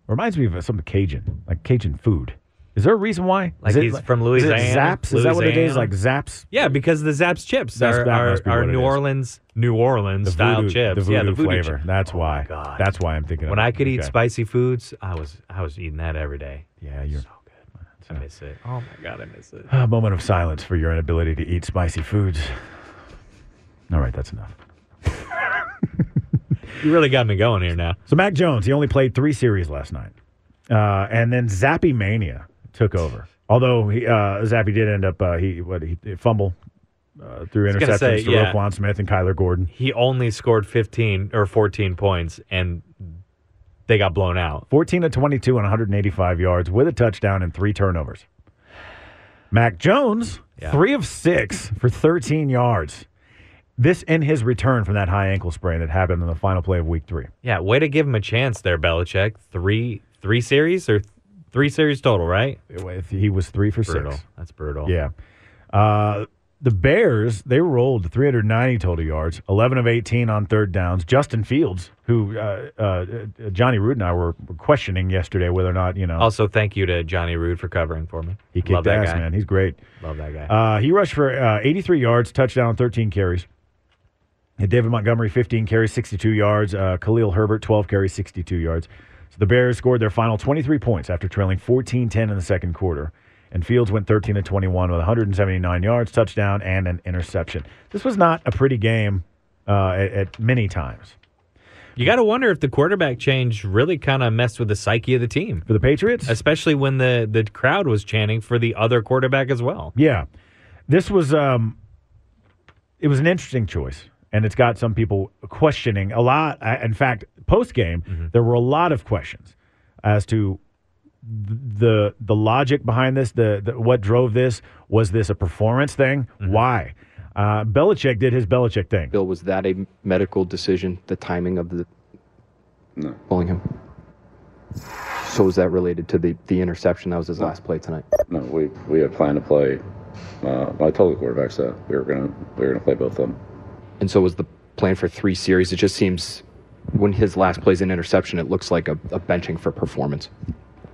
Speaker 2: Reminds me of some Cajun, like Cajun food. Is there a reason why?
Speaker 3: Like
Speaker 2: is it
Speaker 3: he's from
Speaker 2: Is it
Speaker 3: Louisiana?
Speaker 2: Zaps? Is that what it is?
Speaker 3: Louisiana?
Speaker 2: Like Zaps?
Speaker 3: Yeah, because the Zaps chips
Speaker 2: That's-
Speaker 3: are,
Speaker 2: that
Speaker 3: are,
Speaker 2: must be
Speaker 3: are
Speaker 2: what it
Speaker 3: New
Speaker 2: is.
Speaker 3: Orleans, New Orleans
Speaker 2: The
Speaker 3: style
Speaker 2: voodoo-
Speaker 3: chips.
Speaker 2: The voodoo
Speaker 3: yeah, the voodoo
Speaker 2: flavor.
Speaker 3: chip.
Speaker 2: That's why.
Speaker 3: God.
Speaker 2: That's why I'm thinking.
Speaker 3: When
Speaker 2: of it.
Speaker 3: I could eat
Speaker 2: Okay.
Speaker 3: spicy foods, I was I was eating that every day.
Speaker 2: Yeah, you're.
Speaker 3: I miss it. Oh my god, I miss it.
Speaker 2: A moment of silence for your inability to eat spicy foods. All right, that's enough.
Speaker 3: You really got me going here now.
Speaker 2: So Mac Jones, he only played three series last night, uh, and then Zappy Mania took over. Although he, uh, Zappy did end up uh, he what he fumble uh, through
Speaker 3: was gonna
Speaker 2: interceptions
Speaker 3: say,
Speaker 2: to
Speaker 3: yeah.
Speaker 2: Roquan Smith and Kyler Gordon.
Speaker 3: He only scored 15 or 14 points and they got blown out.
Speaker 2: 14 to 22 and 185 yards with a touchdown and three turnovers. Mac Jones,
Speaker 3: Yeah.
Speaker 2: three of six for 13 yards. This in his return from that high ankle sprain that happened in the final play of week three.
Speaker 3: Yeah, way to give him a chance there, Belichick. 3 3 series or th- 3 series total, right?
Speaker 2: If He was three for
Speaker 3: Brutal.
Speaker 2: six.
Speaker 3: That's brutal.
Speaker 2: Yeah. Uh, the Bears, they rolled 390 total yards, 11 of 18 on third downs. Justin Fields, who uh, uh, uh, Johnny Rude and I were, were questioning yesterday whether or not, you know,
Speaker 3: Also, thank you to Johnny Rude for covering for me.
Speaker 2: he kicked
Speaker 3: Love that
Speaker 2: ass,
Speaker 3: guy.
Speaker 2: man. He's great.
Speaker 3: Love that guy.
Speaker 2: Uh, he rushed for uh, 83 yards, touchdown, 13 carries. And David Montgomery, 15 carries, 62 yards. Uh, Khalil Herbert, 12 carries, 62 yards. So the Bears scored their final 23 points after trailing 14 10 in the second quarter. And Fields went 13 to 21 with 179 yards, touchdown, and an interception. This was not a pretty game uh, at, at many times.
Speaker 3: you got to wonder if the quarterback change really kind of messed with the psyche of the team,
Speaker 2: For the Patriots?
Speaker 3: especially when the, the crowd was chanting for the other quarterback as well.
Speaker 2: Yeah, this was um, it was an interesting choice, and it's got some people questioning a lot. I- In fact, post game, there were a lot of questions as to th- the the logic behind this, the, the what drove this. Was this a performance thing? Why? Uh, Belichick did his Belichick thing.
Speaker 6: Bill, was that a medical decision, the timing of the no. pulling him? So was that related to the, the interception that was his last play tonight?
Speaker 7: No, we we had planned to play. Uh, I told the quarterbacks that we were gonna we were gonna play both of them.
Speaker 6: And so was the plan for three series. It just seems when his last play is an interception, it looks like a, a benching for performance.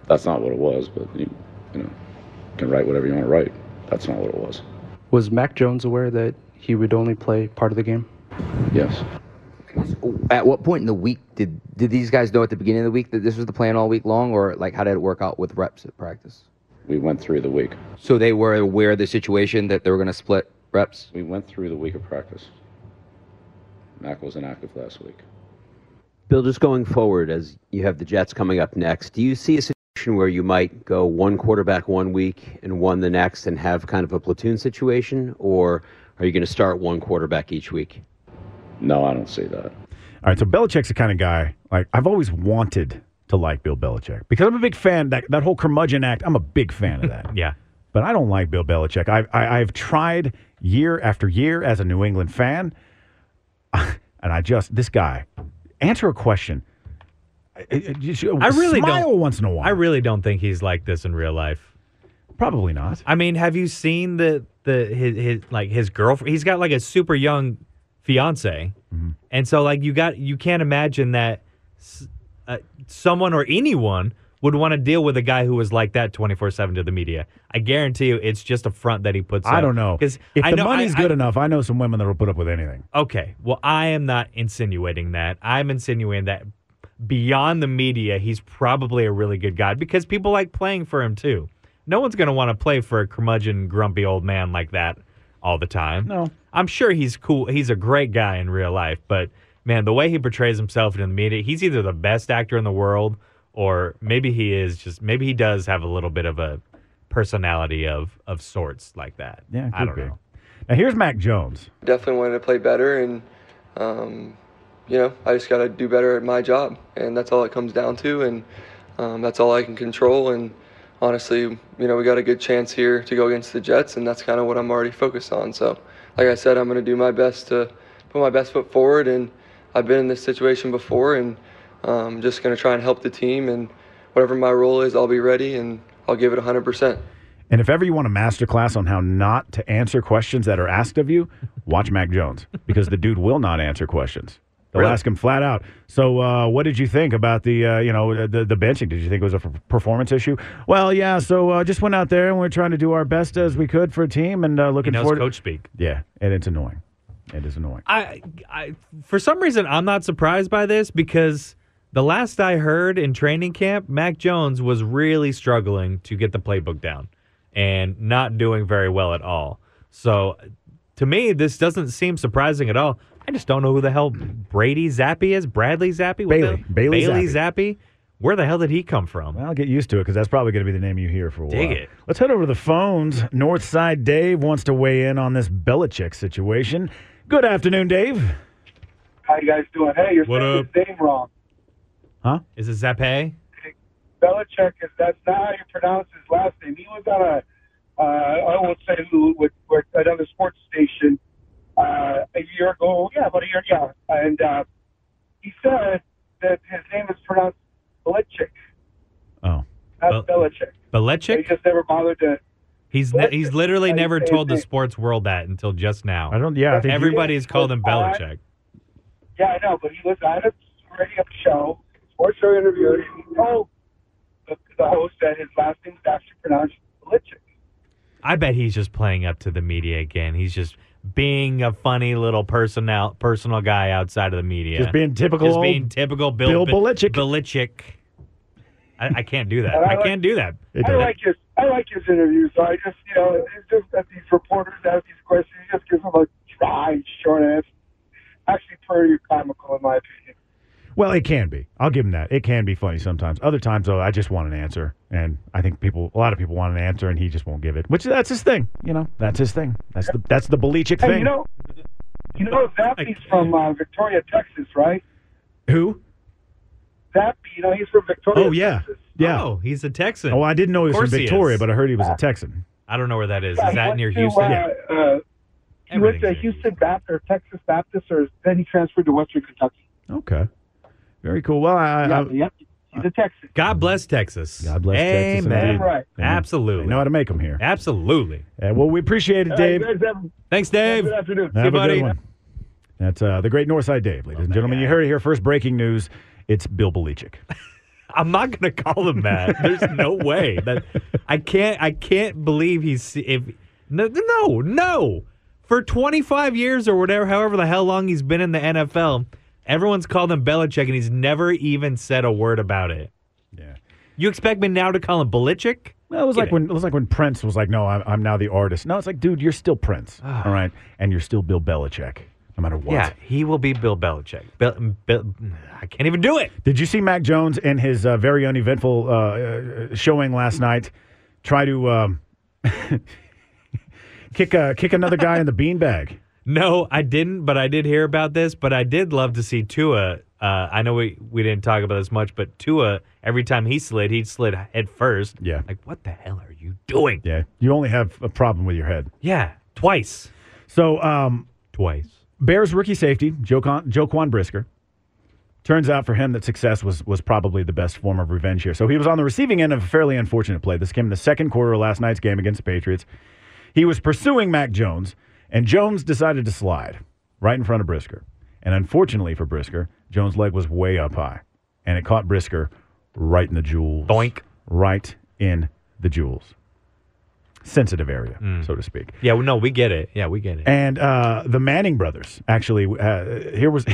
Speaker 7: That's not what it was, but you you know can write whatever you want to write. That's not what it was.
Speaker 8: Was Mac Jones aware that he would only play part of the game?
Speaker 7: Yes,
Speaker 9: At what point in the week did
Speaker 10: Did these guys know at the beginning of the week that this was the plan all week long, or like how did it work out with reps at practice?
Speaker 7: We went through the week.
Speaker 10: So they were aware of the situation that they were going to split reps.
Speaker 7: We went through the week of practice. Mac was inactive last week.
Speaker 6: Bill, just going forward, as you have the Jets coming up next, do you see a situation where you might go one quarterback one week and one the next and have kind of a platoon situation? Or are you going to start one quarterback each week?
Speaker 7: No, I don't see that.
Speaker 2: All right, so Belichick's the kind of guy like I've always wanted to like Bill Belichick because I'm a big fan that that whole curmudgeon act. I'm a big fan of that.
Speaker 3: yeah,
Speaker 2: but I don't like Bill Belichick. I, I I've tried year after year as a New England fan, and I just this guy answer a question. I,
Speaker 3: I really
Speaker 2: smile
Speaker 3: don't,
Speaker 2: once in a while.
Speaker 3: I really don't think he's like this in real life.
Speaker 2: Probably not.
Speaker 3: I mean, have you seen the the his, his like his girlfriend? He's got like a super young fiance,
Speaker 2: Mm-hmm.
Speaker 3: and so like you got you can't imagine that s- uh, someone or anyone would want to deal with a guy who was like that twenty four seven to the media. I guarantee you, it's just a front that he puts.
Speaker 2: I don't know
Speaker 3: because
Speaker 2: if the money's good enough. I know some women that will put up with anything.
Speaker 3: Okay. Well, I am not insinuating that. I'm insinuating that beyond the media, he's probably a really good guy because people like playing for him too. No one's going to want to play for a curmudgeon, grumpy old man like that all the time.
Speaker 2: No.
Speaker 3: I'm sure he's cool. He's a great guy in real life, but man, the way he portrays himself in the media, he's either the best actor in the world or maybe he is just maybe he does have a little bit of a personality of of sorts like that.
Speaker 2: Yeah,
Speaker 3: I
Speaker 2: could
Speaker 3: don't
Speaker 2: be.
Speaker 3: know.
Speaker 2: Now here's Mac Jones.
Speaker 11: definitely wanted to play better and um, you know i just got to do better at my job and that's all it comes down to and um, that's all i can control and honestly you know we got a good chance here to go against the jets and that's kind of what i'm already focused on so like i said i'm going to do my best to put my best foot forward and i've been in this situation before and i'm just going to try and help the team and whatever my role is i'll be ready and i'll give it 100%
Speaker 2: And if ever you want a masterclass on how not to answer questions that are asked of you, watch Mac Jones because the dude will not answer questions. They'll
Speaker 3: Really?
Speaker 2: ask him flat out. So, uh, what did you think about the uh, you know the the benching? Did you think it was a per- performance issue? Well, yeah. So, uh, just went out there and we are trying to do our best as we could for a team and uh,
Speaker 3: He
Speaker 2: looking
Speaker 3: knows
Speaker 2: forward.
Speaker 3: coach speak.
Speaker 2: yeah, and it's annoying. It is annoying.
Speaker 3: I, I, for some reason, I'm not surprised by this because the last I heard in training camp, Mac Jones was really struggling to get the playbook down and not doing very well at all. So, to me, this doesn't seem surprising at all. I just don't know who the hell Brady Zappy is. Bradley Zappy. What the
Speaker 2: Bailey.
Speaker 3: hell?
Speaker 2: Bailey
Speaker 3: Zappy. Where the hell did he come from?
Speaker 2: Well, get used to it because that's probably going to be the name you hear for a
Speaker 3: Dig
Speaker 2: while.
Speaker 3: it.
Speaker 2: Let's head over to the phones. Northside Dave wants to weigh in on this Belichick situation. Good afternoon, Dave.
Speaker 12: How you guys doing? Hey, you're
Speaker 3: What
Speaker 12: saying his name wrong.
Speaker 2: Huh?
Speaker 3: Is it Zappe?
Speaker 12: Belichick is that's not how you pronounce his last name. He was on a uh, I won't say who with, with another sports station uh, a year ago. Yeah, about a year. Yeah, and uh, he said that his name is pronounced Belichick,
Speaker 2: Oh.
Speaker 12: not Belichick. He
Speaker 3: Belichick?
Speaker 12: just never bothered to.
Speaker 3: He's ne- he's literally
Speaker 12: How you
Speaker 3: never
Speaker 12: say his
Speaker 3: told the
Speaker 12: name.
Speaker 3: sports world that until just now.
Speaker 2: I don't. Yeah, I think you-
Speaker 3: Everybody has called him Belichick.
Speaker 12: Yeah, I know, but he was on a radio show, sports show interview, and he told the, the host that his last name is actually pronounced Belichick.
Speaker 3: I bet he's just playing up to the media again. He's just being a funny little personal personal guy outside of the media.
Speaker 2: Just being typical
Speaker 3: Just
Speaker 2: old
Speaker 3: being typical Bill,
Speaker 2: Bill Belichick.
Speaker 3: Belichick. I, I can't do that.
Speaker 12: And I
Speaker 3: I
Speaker 12: like-
Speaker 3: can't do that.
Speaker 2: It
Speaker 12: I
Speaker 2: does.
Speaker 12: like his I like his interviews. So I just you know it's just that these reporters ask these questions. He just gives them a dry, short answer. Actually, pretty comical in my opinion.
Speaker 2: Well, it can be. I'll give him that. It can be funny sometimes. Other times, though, I just want an answer, and I think people, a lot of people, want an answer, and he just won't give it. Which that's his thing. You know, that's his thing. That's the that's the Belichick
Speaker 12: Hey,
Speaker 2: thing.
Speaker 12: you know, you know Zappy's from uh, Victoria, Texas, right?
Speaker 2: Who?
Speaker 12: Zappy, you know he's from Victoria.
Speaker 2: Oh yeah,
Speaker 12: Texas.
Speaker 2: yeah.
Speaker 3: Oh, he's a Texan.
Speaker 2: Oh, I didn't know he was
Speaker 3: Of
Speaker 2: from
Speaker 3: course he
Speaker 2: Victoria,
Speaker 3: is.
Speaker 2: but I heard he was a Texan.
Speaker 3: I don't know where that is.
Speaker 12: Yeah,
Speaker 3: Is
Speaker 12: he
Speaker 3: that
Speaker 12: went
Speaker 3: near
Speaker 12: to,
Speaker 3: Houston?
Speaker 12: Uh, uh, he went
Speaker 3: Everything's
Speaker 12: to
Speaker 3: near
Speaker 12: Houston Baptist or Texas Baptist, or then he transferred to Western Kentucky.
Speaker 2: Okay, very cool. Well, I, I,
Speaker 12: Yeah, yep, he's a Texan.
Speaker 3: God bless Texas.
Speaker 2: God bless Texas,
Speaker 3: Amen.
Speaker 2: indeed.
Speaker 12: Right.
Speaker 2: I
Speaker 3: Absolutely.
Speaker 2: know how to make them here.
Speaker 3: Absolutely.
Speaker 2: Yeah, well, we appreciate it, Dave.
Speaker 12: Hey, you guys have a
Speaker 3: Thanks, Dave.
Speaker 12: good afternoon.
Speaker 2: Have
Speaker 3: See you,
Speaker 2: a good
Speaker 3: buddy.
Speaker 2: one. That's uh, the great Northside Dave, ladies and gentlemen. You heard it here first. Breaking news: It's Bill Belichick.
Speaker 3: I'm not gonna call him that. There's no way that I can't. I can't believe he's if no no no for 25 years or whatever, however the hell long he's been in the NFL. Everyone's called him Belichick, and he's never even said a word about it. Yeah. You expect me now to call him Belichick?
Speaker 2: No, it was
Speaker 3: Get
Speaker 2: like when it was like when Prince was like, "No, I'm, I'm now the artist." No, it's like, dude, you're still Prince, all right, and you're still Bill Belichick, no matter what.
Speaker 3: Ah. Yeah, he will be Bill Belichick. Bill, Bill, I can't even do it.
Speaker 2: Did you see Mac Jones in his uh, very uneventful uh, uh, showing last night try to um, kick a, kick another guy in the beanbag?
Speaker 3: No, I didn't, but I did hear about this. But I did love to see Tua. Uh, I know we, we didn't talk about this much, but Tua, every time he slid, he slid head first.
Speaker 2: Yeah.
Speaker 3: Like, what the hell are you doing?
Speaker 2: Yeah, you only have a problem with your head.
Speaker 3: Yeah, twice.
Speaker 2: So, um,
Speaker 3: twice.
Speaker 2: Bears rookie safety Joquan, Joquan Brisker. Turns out for him that success was was probably the best form of revenge here. So he was on the receiving end of a fairly unfortunate play. This came in the second quarter of last night's game against the Patriots. He was pursuing Mac Jones, and Jones decided to slide right in front of Brisker. And unfortunately for Brisker, Jones' leg was way up high, and it caught Brisker right in the jewels. Boink! Right in the jewels. Sensitive area, so to speak.
Speaker 3: Yeah, well, no, we get it. Yeah, we get it.
Speaker 2: And uh, the Manning brothers actually uh, here was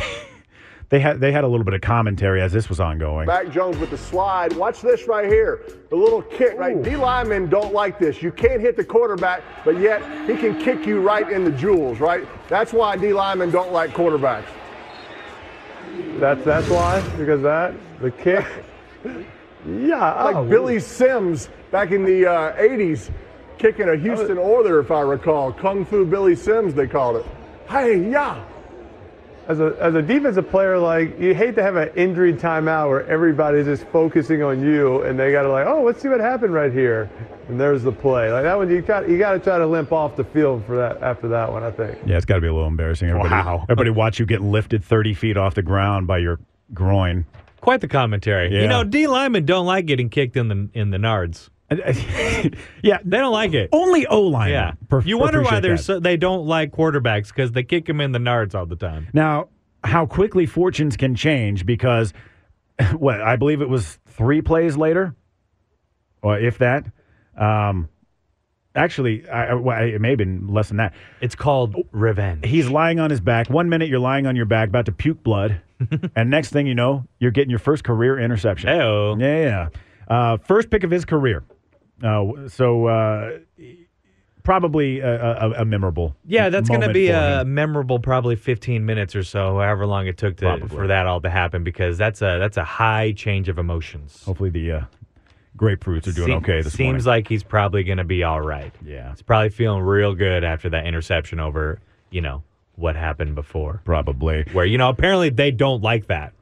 Speaker 2: they had they had a little bit of commentary as this was ongoing.
Speaker 13: Mac Jones with the slide. Watch this right here. The little kick, right? D linemen don't like this. You can't hit the quarterback, but yet he can kick you right in the jewels, right? That's why D linemen don't like quarterbacks.
Speaker 14: That's that's why because that the kick. oh.
Speaker 13: Yeah. Like Billy Sims back in the uh, 80s, kicking a Houston Oiler, if I recall. Kung Fu Billy Sims, they called it. Hey, yeah.
Speaker 14: As a as a defensive player, like you hate to have an injury timeout where everybody's just focusing on you, and they gotta like, oh, let's see what happened right here, and there's the play. Like that one, you got you gotta try to limp off the field for that after that one, I think.
Speaker 2: Yeah, it's got to be a little embarrassing. Everybody,
Speaker 3: Wow.
Speaker 2: everybody watch you get lifted thirty feet off the ground by your groin.
Speaker 3: Quite the commentary.
Speaker 2: Yeah.
Speaker 3: You know, D linemen don't like getting kicked in the in the nards.
Speaker 2: yeah,
Speaker 3: they don't like it.
Speaker 2: Only O line.
Speaker 3: Yeah, you wonder why they're so, they don't like quarterbacks because they kick them in the nards all the time.
Speaker 2: Now, how quickly fortunes can change because what I believe it was three plays later, or if that. Um, actually, I, I- well, it may have been less than that.
Speaker 3: It's called revenge.
Speaker 2: He's lying on his back. One minute you're lying on your back, about to puke blood, and next thing you know, you're getting your first career interception.
Speaker 3: Oh,
Speaker 2: yeah, yeah. Uh, first pick of his career. Uh, so uh, probably a, a, a memorable.
Speaker 3: Yeah, that's going to
Speaker 2: moment
Speaker 3: be
Speaker 2: for him.
Speaker 3: a memorable, probably 15 minutes or so, however long it took to, for that all to happen, because that's a that's a high change of emotions.
Speaker 2: Hopefully the uh, grapefruits are doing
Speaker 3: Seem-
Speaker 2: okay this morning.
Speaker 3: Seems like he's probably going to be all right.
Speaker 2: Yeah,
Speaker 3: he's probably feeling real good after that interception over you know what happened before.
Speaker 2: Probably
Speaker 3: where you know apparently they don't like that.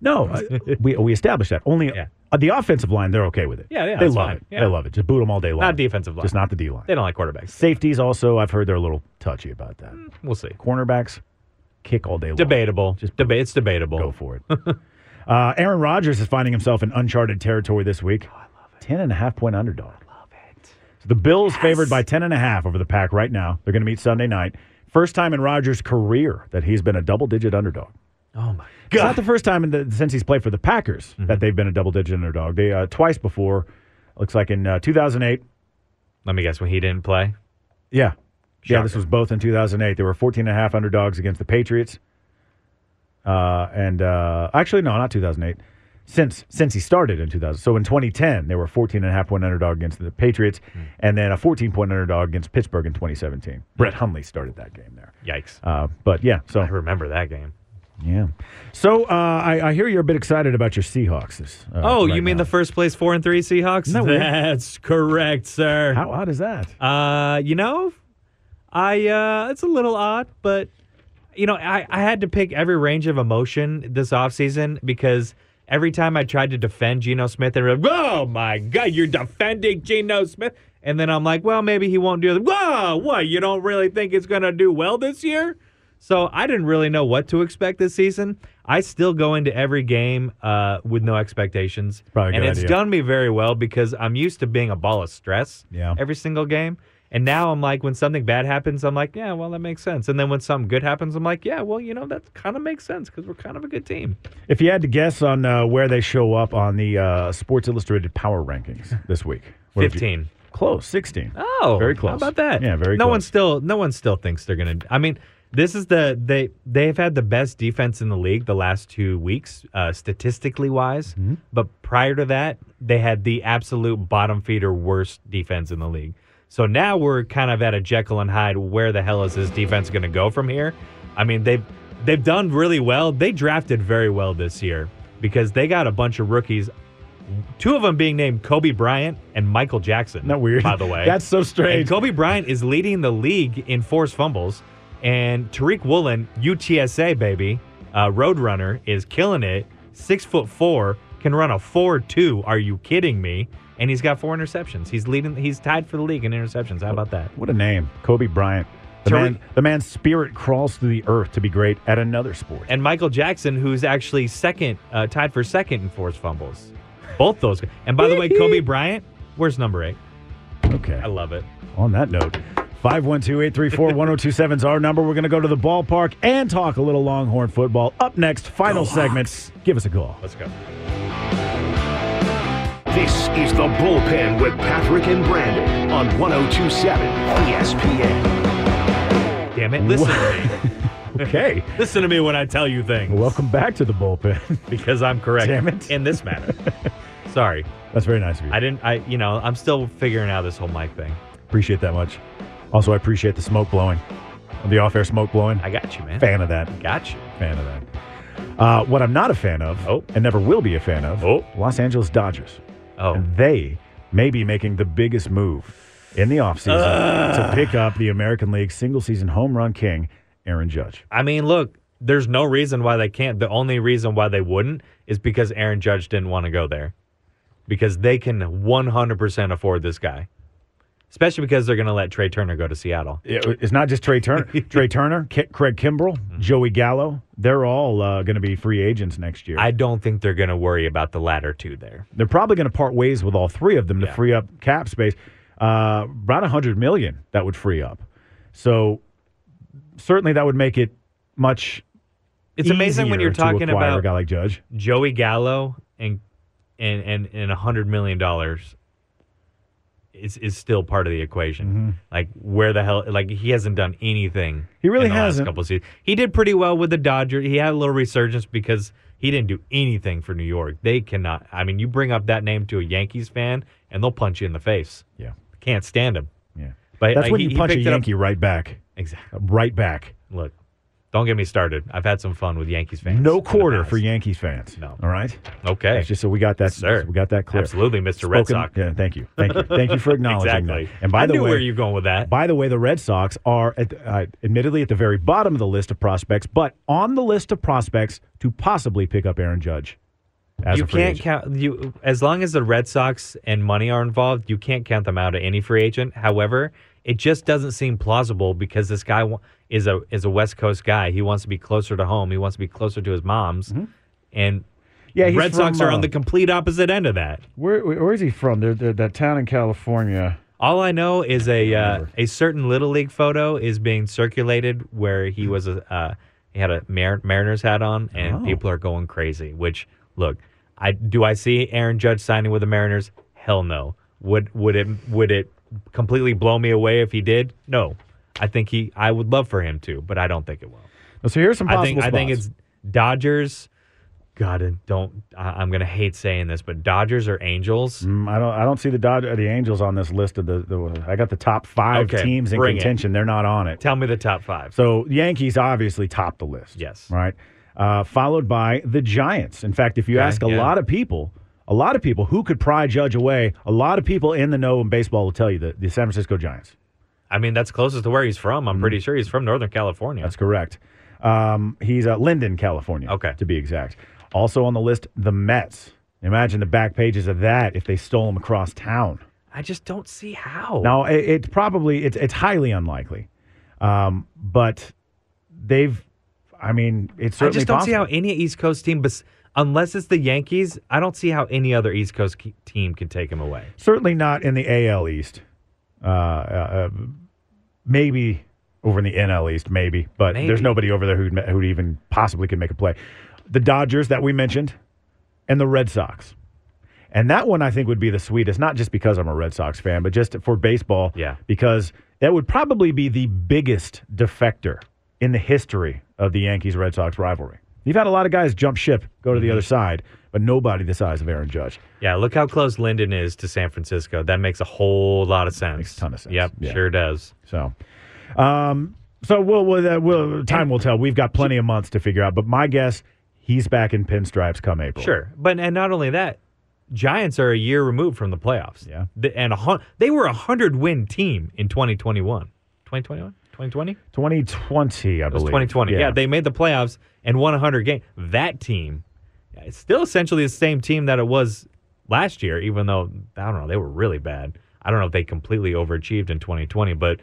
Speaker 2: No, uh, we we established that. Only uh, the offensive line, they're okay with it.
Speaker 3: Yeah, yeah,
Speaker 2: they
Speaker 3: that's
Speaker 2: love
Speaker 3: fine.
Speaker 2: it.
Speaker 3: Yeah.
Speaker 2: They love it. Just boot them all day long.
Speaker 3: Not defensive line.
Speaker 2: Just not the D line.
Speaker 3: They don't like quarterbacks.
Speaker 2: Safeties also, I've heard they're a little touchy about that.
Speaker 3: We'll see.
Speaker 2: Cornerbacks kick all day long.
Speaker 3: Debatable. Just Mm. debate. It's debatable. Go
Speaker 2: for it. Uh, Aaron Rodgers is finding himself in uncharted territory this week. Oh, I love it. Ten and a half point underdog. I love it. So the Bills favored by ten and a half over the pack right now. They're going to meet Sunday night. First time in Rodgers' career that he's been a double digit underdog.
Speaker 3: Oh my!
Speaker 2: It's not the first time in the, since he's played for the Packers that they've been a double digit underdog. They uh, twice before. Looks like in uh, 2008.
Speaker 3: Let me guess when he didn't play.
Speaker 2: Yeah. Yeah, this was both in 2008. They were 14 and a half underdogs against the Patriots. Uh, and uh, actually, no, not 2008. Since since he started in 2000. So in 2010, they were 14 and a half point underdog against the Patriots
Speaker 3: Hmm.
Speaker 2: and then a 14 point underdog against Pittsburgh in 2017. Brett Hundley started that game there.
Speaker 3: Yikes.
Speaker 2: Uh, but yeah, so. I
Speaker 3: remember that game.
Speaker 2: Yeah. So uh, I, I hear you're a bit excited about your Seahawks. This, uh,
Speaker 3: oh,
Speaker 2: right
Speaker 3: you mean the first place four and three Seahawks?
Speaker 2: Isn't that weird?
Speaker 3: That's correct, sir.
Speaker 2: How odd is that?
Speaker 3: Uh, you know, I uh, it's a little odd, but you know, I, I had to pick every range of emotion this offseason because every time I tried to defend Geno Smith, they were like, "Oh my God, you're defending Geno Smith," and then I'm like, "Well, maybe he won't do it." Whoa, what? You don't really think it's gonna do well this year? So I didn't really know what to expect this season. I still go into every game uh, with no expectations,
Speaker 2: Probably a
Speaker 3: and
Speaker 2: good
Speaker 3: it's
Speaker 2: idea.
Speaker 3: done me very well because I'm used to being a ball of stress
Speaker 2: Yeah.
Speaker 3: every single game. And now I'm like, when something bad happens, I'm like, yeah, well, that makes sense. And then when something good happens, I'm like, yeah, well, you know, that kind of makes sense because we're kind of a good team.
Speaker 2: If you had to guess on uh, where they show up on the uh, Sports Illustrated Power Rankings this week, where would you-
Speaker 3: 15.
Speaker 2: close, sixteen.
Speaker 3: Oh,
Speaker 2: very close.
Speaker 3: How about that?
Speaker 2: Yeah, very.
Speaker 3: No
Speaker 2: close.
Speaker 3: one still, no one still thinks they're gonna. I mean, This is the they they've had the best defense in the league the last two weeks, uh, statistically wise.
Speaker 2: Mm-hmm.
Speaker 3: But prior to that, they had the absolute bottom feeder worst defense in the league. So now we're kind of at a Jekyll and Hyde. Where the hell is this defense going to go from here? I mean they've they've done really well. They drafted very well this year because they got a bunch of rookies. Two of them being named Kobe Bryant and Michael Jackson. Not weird, by the way.
Speaker 2: That's so strange.
Speaker 3: And Kobe Bryant is leading the league in forced fumbles, and Tariq Woolen, UTSA baby, uh, Roadrunner, is killing it. Six foot four, can run a four two. Are you kidding me? And he's got four interceptions. He's leading. He's tied for the league in interceptions. How about that?
Speaker 2: What a name, Kobe Bryant. The,
Speaker 3: Tariq-
Speaker 2: man, the man's spirit crawls through the earth to be great at another sport.
Speaker 3: and Michael Jackson, who's actually second, uh, tied for second in forced fumbles. Both those. And by the way, Kobe Bryant, where's number eight?
Speaker 2: Okay.
Speaker 3: I love it.
Speaker 2: On that note, 512 834 1027 is our number. We're going to go to the ballpark and talk a little Longhorn football. Up next, final segments. Give us a call.
Speaker 3: Let's go.
Speaker 1: This is the bullpen with Patrick and Brandon on 1027 ESPN.
Speaker 3: Damn it. Listen to me.
Speaker 2: okay.
Speaker 3: Listen to me when I tell you things.
Speaker 2: Welcome back to the bullpen.
Speaker 3: Because I'm correct.
Speaker 2: Damn it.
Speaker 3: In this matter. Sorry.
Speaker 2: That's very nice of you.
Speaker 3: I didn't, I, you know, I'm still figuring out this whole mic thing.
Speaker 2: Appreciate that much. Also, I appreciate the smoke blowing, the off air smoke blowing. I
Speaker 3: got you, man.
Speaker 2: Fan of that.
Speaker 3: Got you.
Speaker 2: Fan of that. Uh, what I'm not a fan of, and never will be a fan of, Los Angeles Dodgers.
Speaker 3: Oh.
Speaker 2: And they may be making the biggest move in the offseason to pick up the American League single season home run king, Aaron Judge.
Speaker 3: I mean, look, there's no reason why they can't. The only reason why they wouldn't is because Aaron Judge didn't want to go there. Because they can 100% afford this guy. Especially because they're going to let Trey Turner go to Seattle.
Speaker 2: It- It's not just Trey Turner, Trey Turner, K- Craig Kimbrell,
Speaker 3: Mm-hmm.
Speaker 2: Joey Gallo. They're all uh, going to be free agents next year.
Speaker 3: I don't think they're going to worry about the latter two there.
Speaker 2: They're probably going to part ways with all three of them to free up cap space. Uh, about a hundred million that would free up. So certainly that would make it much.
Speaker 3: It's amazing when
Speaker 2: easier
Speaker 3: you're
Speaker 2: to
Speaker 3: talking
Speaker 2: acquire
Speaker 3: about-
Speaker 2: a guy like Judge.
Speaker 3: Joey Gallo and and and and a hundred million dollars is is still part of the equation. Like where the hell? Like he hasn't done anything.
Speaker 2: Mm-hmm. He really
Speaker 3: in the last
Speaker 2: hasn't.
Speaker 3: couple of seasons. He did pretty well with the Dodgers. He had a little resurgence because he didn't do anything for New York. They cannot. I mean, you bring up that name to a Yankees fan, and they'll punch you in the face.
Speaker 2: Yeah,
Speaker 3: can't stand him.
Speaker 2: Yeah,
Speaker 3: but
Speaker 2: That's
Speaker 3: like,
Speaker 2: when
Speaker 3: he-
Speaker 2: you
Speaker 3: he
Speaker 2: punch a
Speaker 3: picked it up-
Speaker 2: Yankee right back.
Speaker 3: Exactly.
Speaker 2: Right back.
Speaker 3: Look, don't get me started. I've had some fun with Yankees fans.
Speaker 2: No quarter for Yankees fans.
Speaker 3: No.
Speaker 2: All right.
Speaker 3: Okay.
Speaker 2: That's just so we got that.
Speaker 3: sir.
Speaker 2: We got that clear.
Speaker 3: Absolutely, Mr. Red
Speaker 2: Spoken-
Speaker 3: Sox.
Speaker 2: Yeah. Thank you. Thank you. Thank you for acknowledging
Speaker 3: exactly.
Speaker 2: that. And by
Speaker 3: I
Speaker 2: the
Speaker 3: knew
Speaker 2: way,
Speaker 3: where you're going with that.
Speaker 2: By the way, the Red Sox are at, uh, admittedly at the very bottom of the list of prospects, but on the list of prospects to possibly pick up Aaron Judge. As
Speaker 3: you
Speaker 2: a free
Speaker 3: can't
Speaker 2: agent.
Speaker 3: count you as long as the Red Sox and money are involved, you can't count them out of any free agent. However, it just doesn't seem plausible because this guy wa- is a is a West Coast guy. He wants to be closer to home. He wants to be closer to his mom's. And
Speaker 2: Mm-hmm. Yeah, he's
Speaker 3: Red Sox
Speaker 2: from,
Speaker 3: are on
Speaker 2: uh,
Speaker 3: the complete opposite end of that.
Speaker 2: Where, where is he from? There, there, that town in California.
Speaker 3: All I know is a uh, a certain little league photo is being circulated where he was a uh, he had a Mar- Mariners hat on, and
Speaker 12: Oh.
Speaker 3: people are going crazy. Which look, I do I see Aaron Judge signing with the Mariners? Hell no. Would would it would it completely blow me away if he did? No. I think he. I would love for him to, but I don't think it will.
Speaker 2: So here's some
Speaker 3: I
Speaker 2: possible
Speaker 3: think I think
Speaker 2: spots.
Speaker 3: it's Dodgers. God, and don't I, I'm gonna hate saying this, but Dodgers or Angels.
Speaker 2: Mm, I don't. I don't see the Dodger, the Angels on this list of the. the I got the top five
Speaker 3: Okay,
Speaker 2: teams in
Speaker 3: bring it.
Speaker 2: contention. They're not on it.
Speaker 3: Tell me the top five.
Speaker 2: So the Yankees obviously top the list.
Speaker 3: Yes.
Speaker 2: Right. Uh, followed by the Giants. In fact, if you
Speaker 3: Okay,
Speaker 2: ask a
Speaker 3: yeah.
Speaker 2: lot of people, a lot of people who could pry Judge away, a lot of people in the know in baseball will tell you the, the San Francisco Giants.
Speaker 3: I mean, that's closest to where he's from. I'm pretty sure he's from Northern California.
Speaker 2: That's correct. Um, he's uh, Linden, California. Okay. To be exact. Also on the list, the Mets. Imagine the back pages of that if they stole him across town.
Speaker 3: I just don't see how.
Speaker 2: Now it, it probably it's it's highly unlikely, um, but they've. I mean, it's
Speaker 3: I
Speaker 2: certainly
Speaker 3: just don't see
Speaker 2: possible.
Speaker 3: how any East Coast team, bes- unless it's the Yankees, I don't see how any other East Coast ke- team can take him away.
Speaker 2: Certainly not in the AL East. Uh, uh, uh, maybe over in the NL East, maybe. But there's
Speaker 3: Maybe.
Speaker 2: nobody over there who who even possibly could make a play. The Dodgers that we mentioned, and the Red Sox. And that one I think would be the sweetest, not just because I'm a Red Sox fan, but just for baseball. Yeah. Because that would probably be the biggest defector in the history of the Yankees Red Sox rivalry. You've had a lot of guys jump ship, go to the other side, but nobody the size of Aaron Judge.
Speaker 3: Yeah, look how close Linden is to San Francisco. That makes a whole lot of sense. Makes a ton of sense. Yep, sure does.
Speaker 2: So, um, so we'll, we'll, uh, we'll time will tell. We've got plenty of months to figure out, but my guess, he's back in pinstripes come April.
Speaker 3: Sure, but and not only that, Giants are a year removed from the playoffs. Yeah, and a hun- they were a hundred win team in 2021, 2021, 2020.
Speaker 2: 2020, I
Speaker 3: It was
Speaker 2: believe.
Speaker 3: 2020. Yeah. they made the playoffs and won 100 games. That team, it's still essentially the same team that it was last year, even though, I don't know, they were really bad. I don't know if they completely overachieved in 2020, but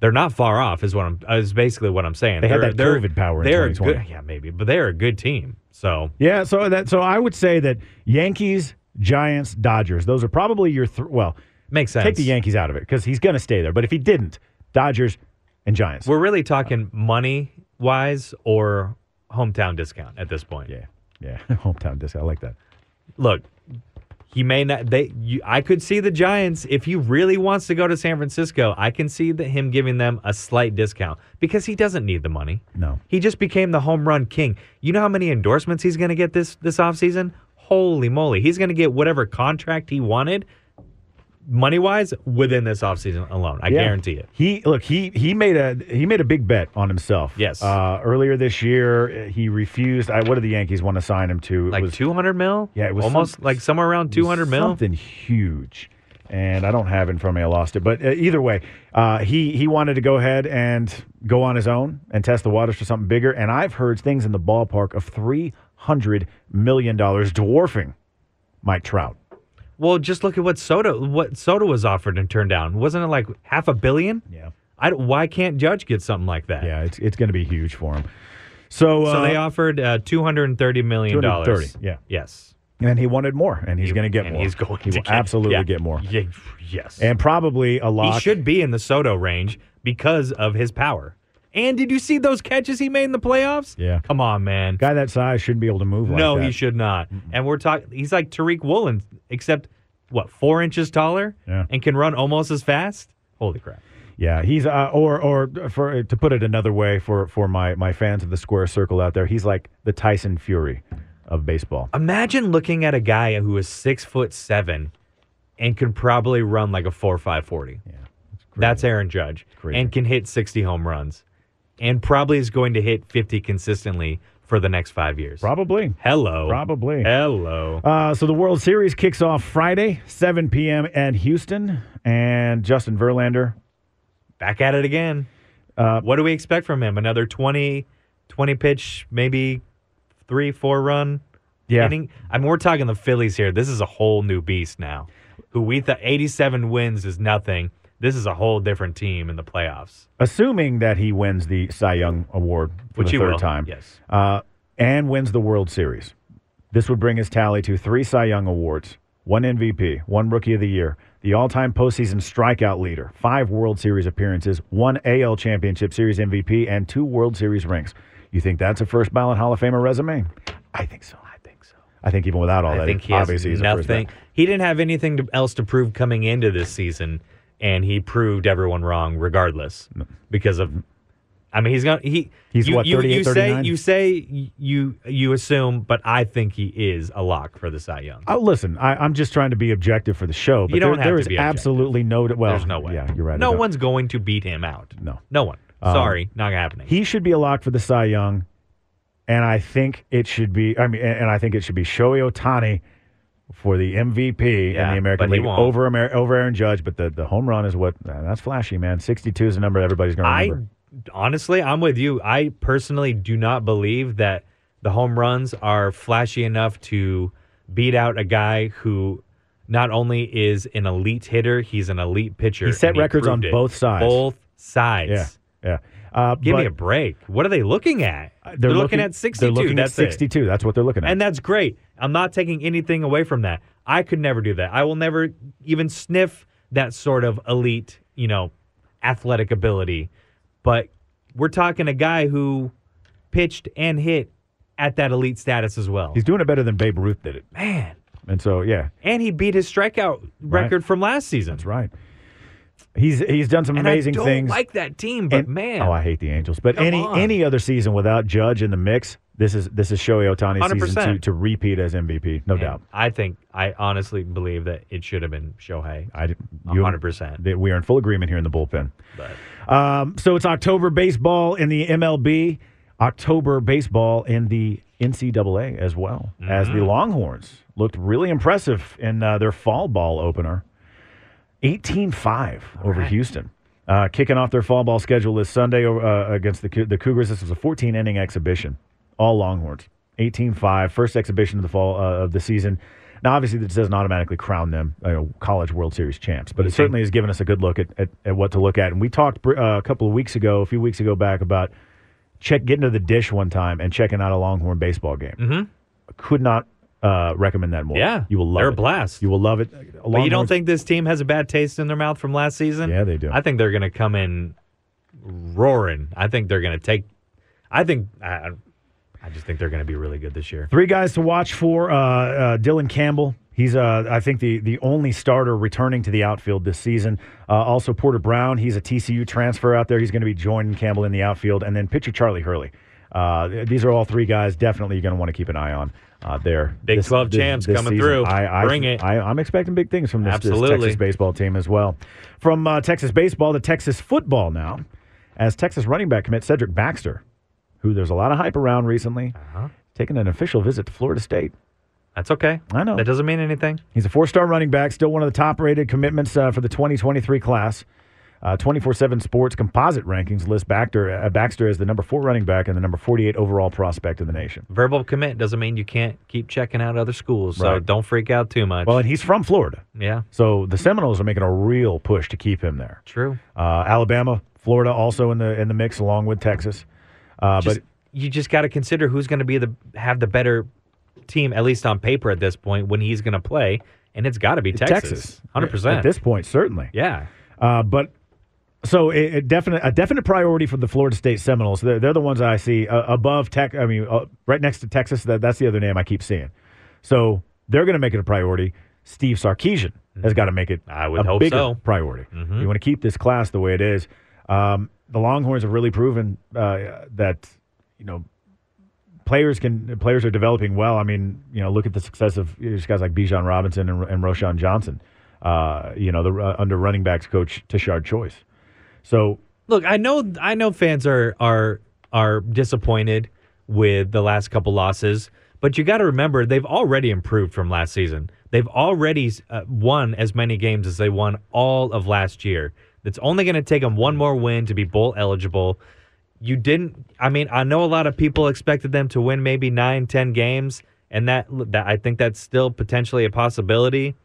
Speaker 3: they're not far off, is what I'm, is basically what I'm saying.
Speaker 2: They had
Speaker 3: They're-
Speaker 2: that
Speaker 3: they're-
Speaker 2: COVID power in
Speaker 3: They're a
Speaker 2: 2020.
Speaker 3: good, yeah, maybe, but they're a good team. So,
Speaker 2: Yeah, so that so I would say that Yankees, Giants, Dodgers, those are probably your th- well,
Speaker 3: makes
Speaker 2: Take
Speaker 3: sense.
Speaker 2: the Yankees out of it cuz he's going to stay there. But if he didn't, Dodgers and Giants.
Speaker 3: we're really talking money wise or hometown discount at this point.
Speaker 2: Yeah. Yeah, hometown disc. I like that.
Speaker 3: look, he may not. They, you, I could see the Giants if he really wants to go to San Francisco. I can see that him giving them a slight discount because he doesn't need the money.
Speaker 2: No.
Speaker 3: He just became the home run king. You know how many endorsements he's going to get this this offseason? Holy moly. He's going to get whatever contract he wanted money wise within this offseason alone. I
Speaker 2: Yeah.
Speaker 3: guarantee it.
Speaker 2: He look he he made a he made a big bet on himself.
Speaker 3: Yes.
Speaker 2: Uh, earlier this year, uh, he refused. I, what did the Yankees want to sign him to? It
Speaker 3: Like
Speaker 2: was
Speaker 3: 200 mil?
Speaker 2: Yeah, it was
Speaker 3: almost
Speaker 2: some-
Speaker 3: like somewhere around
Speaker 2: was
Speaker 3: 200 mil.
Speaker 2: Something huge. And I don't have it in front of me. I lost it. But uh, either way, uh, he he wanted to go ahead and go on his own and test the waters for something bigger. And I've heard things in the ballpark of three hundred million dollars, dwarfing Mike Trout.
Speaker 3: Well, just look at what Soto what Soto was offered and turned down. Wasn't it like half a billion?
Speaker 2: Yeah.
Speaker 3: I don't- why can't Judge get something like that?
Speaker 2: Yeah, it's it's going to be huge for him. So uh,
Speaker 3: so they offered uh, two hundred and thirty million dollars.
Speaker 2: 230, yeah.
Speaker 3: Yes.
Speaker 2: and he wanted more, and he's going to get
Speaker 3: and
Speaker 2: more.
Speaker 3: he's going
Speaker 2: He
Speaker 3: to
Speaker 2: will
Speaker 3: get-
Speaker 2: absolutely
Speaker 3: yeah.
Speaker 2: get more,
Speaker 3: Yeah, yes.
Speaker 2: and probably a
Speaker 3: He
Speaker 2: lot.
Speaker 3: should be in the Soto range because of his power. And did you see those catches he made in the playoffs?
Speaker 2: Yeah,
Speaker 3: come on, man.
Speaker 2: Guy that size shouldn't be able to move. like
Speaker 3: no,
Speaker 2: that.
Speaker 3: he should not. And we're talking. He's like Tariq Woolen, except what four inches taller
Speaker 2: Yeah.
Speaker 3: and can run almost as fast. Holy crap!
Speaker 2: Yeah, he's uh, or or for to put it another way for for my my fans of the square circle out there, he's like the Tyson Fury of baseball.
Speaker 3: Imagine looking at a guy who is six foot seven and can probably run like a four five forty. Yeah, that's Aaron Judge, and can hit sixty home runs, and probably is going to hit fifty consistently for the next five years.
Speaker 2: Probably.
Speaker 3: Hello.
Speaker 2: Probably.
Speaker 3: Hello.
Speaker 2: Uh, so the World Series kicks off Friday, 7 p.m. at Houston, and Justin Verlander.
Speaker 3: Back at it again. what do we expect from him? Another 20, 20 pitch, maybe three, four run
Speaker 2: Yeah.
Speaker 3: inning? I mean, we're talking the Phillies here. This is a whole new beast now. Who we thought 87 wins is nothing. This is a whole different team in the playoffs.
Speaker 2: Assuming that he wins the Cy Young Award for
Speaker 3: Which
Speaker 2: the
Speaker 3: he
Speaker 2: third
Speaker 3: will,
Speaker 2: time,
Speaker 3: yes.
Speaker 2: uh, and wins the World Series, this would bring his tally to three Cy Young awards, one MVP, one Rookie of the Year, the all-time postseason strikeout leader, five World Series appearances, one AL Championship Series MVP, and two World Series rings. You think that's a first ballot Hall of Famer resume? I think so. I think so. I think even without all
Speaker 3: I
Speaker 2: Oh, that,
Speaker 3: think he has
Speaker 2: obviously he's a first
Speaker 3: nothing.
Speaker 2: ballot.
Speaker 3: He didn't have anything to, else to prove coming into this season, and he proved everyone wrong regardless because of. I mean, he's gonna he.
Speaker 2: He's
Speaker 3: you,
Speaker 2: what,
Speaker 3: you,
Speaker 2: 38,
Speaker 3: you say
Speaker 2: 39?
Speaker 3: you say you you assume, but I think he is a lock for the Cy Young.
Speaker 2: Oh, listen, I, I'm just trying to be objective for the show, but
Speaker 3: You don't
Speaker 2: there,
Speaker 3: have
Speaker 2: there
Speaker 3: to
Speaker 2: is
Speaker 3: be objective.
Speaker 2: absolutely no. Well,
Speaker 3: There's no way.
Speaker 2: Yeah, you're right.
Speaker 3: No
Speaker 2: I don't-
Speaker 3: one's going to beat him out.
Speaker 2: No.
Speaker 3: No one.
Speaker 2: Um,
Speaker 3: Sorry, not happening.
Speaker 2: He should be a lock for the Cy Young, and I think it should be. I mean, and and I think it should be Shohei Otani for the MVP in
Speaker 3: Yeah,
Speaker 2: the American
Speaker 3: but he
Speaker 2: League
Speaker 3: won't.
Speaker 2: over Amer- over Aaron Judge. But the, the home run is what man, that's flashy, man. Sixty two is a number everybody's going to
Speaker 3: I
Speaker 2: remember.
Speaker 3: honestly, I'm with you. I personally do not believe that the home runs are flashy enough to beat out a guy who not only is an elite hitter, he's an elite pitcher.
Speaker 2: He set
Speaker 3: and
Speaker 2: records on
Speaker 3: proved it.
Speaker 2: both sides.
Speaker 3: Both sides.
Speaker 2: yeah, yeah. Uh,
Speaker 3: Give me
Speaker 2: but
Speaker 3: a break. What are they looking at? They're, looking, at 62.
Speaker 2: They're looking
Speaker 3: That's
Speaker 2: at
Speaker 3: it.
Speaker 2: sixty two. That's what they're looking at.
Speaker 3: And that's great. I'm not taking anything away from that. I could never do that. I will never even sniff that sort of elite, you know, athletic ability. But we're talking a guy who pitched and hit at that elite status as well.
Speaker 2: He's doing it better than Babe Ruth did it,
Speaker 3: Man.
Speaker 2: and so yeah.
Speaker 3: And he beat his strikeout record from last season. That's
Speaker 2: right. He's he's done some
Speaker 3: And I
Speaker 2: amazing
Speaker 3: don't
Speaker 2: things.
Speaker 3: like that team, but
Speaker 2: And-
Speaker 3: man.
Speaker 2: oh, I hate the Angels. But
Speaker 3: Come
Speaker 2: any
Speaker 3: on.
Speaker 2: any other season without Judge in the mix, this is this is Shohei Otani's season
Speaker 3: 100%.
Speaker 2: to, to repeat as MVP, no
Speaker 3: And
Speaker 2: doubt.
Speaker 3: I think I honestly believe that it should have been Shohei.
Speaker 2: I you-
Speaker 3: 100%.
Speaker 2: that we are in full agreement here in the bullpen. Um, so it's October baseball in the MLB, October baseball in the NCAA as well, as
Speaker 3: Mm-hmm.
Speaker 2: the Longhorns looked really impressive in uh, their fall ball opener. 18 5 over Houston. Uh, kicking off their fall ball schedule this Sunday uh, against the, Cou- the Cougars. This was a 14 inning exhibition, all Longhorns. 18 5, first exhibition of the fall uh, of the season. Now, obviously, this doesn't automatically crown them you know, college World Series champs,
Speaker 3: Mm-hmm.
Speaker 2: but it certainly has given us a good look at, at, at what to look at. And we talked br- uh, a couple of weeks ago, a few weeks ago back, about check getting to the dish one time and checking out a Longhorn baseball game.
Speaker 3: Mm-hmm.
Speaker 2: Could not uh, recommend that more.
Speaker 3: Yeah.
Speaker 2: You will love
Speaker 3: They're
Speaker 2: it.
Speaker 3: a blast.
Speaker 2: You will love it.
Speaker 3: But you don't
Speaker 2: Longhorns-
Speaker 3: think this team has a bad taste in their mouth from last season?
Speaker 2: Yeah, they do.
Speaker 3: I think they're going to come in roaring. I think they're going to take. I think. I, I just think they're going to be really good this year.
Speaker 2: Three guys to watch for: uh, uh, Dylan Campbell. He's, uh, I think, the the only starter returning to the outfield this season. Uh, also, Porter Brown. He's a TCU transfer out there. He's going to be joining Campbell in the outfield, and then pitcher Charlie Hurley. Uh, these are all three guys definitely you're going to want to keep an eye on uh, there.
Speaker 3: Big
Speaker 2: This-
Speaker 3: 12
Speaker 2: this-
Speaker 3: champs
Speaker 2: this
Speaker 3: coming
Speaker 2: season.
Speaker 3: through.
Speaker 2: I, I,
Speaker 3: Bring it.
Speaker 2: I, I'm expecting big things from this, this
Speaker 3: Absolutely.
Speaker 2: Texas baseball team as well. From uh, Texas baseball to Texas football now, as Texas running back commit Cedric Baxter, who there's a lot of hype around recently,
Speaker 3: Uh-huh.
Speaker 2: taking an official visit to Florida State.
Speaker 3: That's okay.
Speaker 2: I know.
Speaker 3: That doesn't mean anything.
Speaker 2: He's a four star running back, still one of the top rated commitments uh, for the 2023 class. 24 7 Sports composite rankings list Baxter, uh, Baxter as the number four running back and the number 48 overall prospect in the nation.
Speaker 3: Verbal commit doesn't mean you can't keep checking out other schools. So
Speaker 2: Right.
Speaker 3: don't freak out too much.
Speaker 2: Well, and he's from Florida.
Speaker 3: yeah,
Speaker 2: So the Seminoles are making a real push to keep him there.
Speaker 3: true.
Speaker 2: Uh, Alabama, Florida also in the in the mix along with Texas. Uh,
Speaker 3: Just-
Speaker 2: but
Speaker 3: you just got to consider who's going to be the have the better team at least on paper at this point when he's going to play, and it's got to be Texas.
Speaker 2: Texas,
Speaker 3: hundred percent.
Speaker 2: at this point, certainly.
Speaker 3: yeah.
Speaker 2: Uh, but so it, it definite a definite priority for the Florida State Seminoles. They're, they're the ones I see uh, above Tech. I mean, uh, right next to Texas. That, that's the other name I keep seeing. So they're going to make it a priority. Steve Sarkeesian has got to make it. I
Speaker 3: would
Speaker 2: a
Speaker 3: hope
Speaker 2: bigger
Speaker 3: so.
Speaker 2: Priority.
Speaker 3: Mhm.
Speaker 2: You want to keep this class the way it is. Um, the Longhorns have really proven uh, that you know players can players are developing well. I mean, you know, look at the success of you know, just guys like Bijan Robinson and, and Roshan Johnson. Uh, you know, the uh, under running backs coach Tishard Choice. So
Speaker 3: Look, I know I know fans are are are disappointed with the last couple losses, but you got to remember they've already improved from last season. They've already uh, won as many games as they won all of last year. It's only going to take them one more win to be bowl eligible. You didn't. I mean, I know a lot of people expected them to win maybe nine, ten games, and that that I think that's still potentially a possibility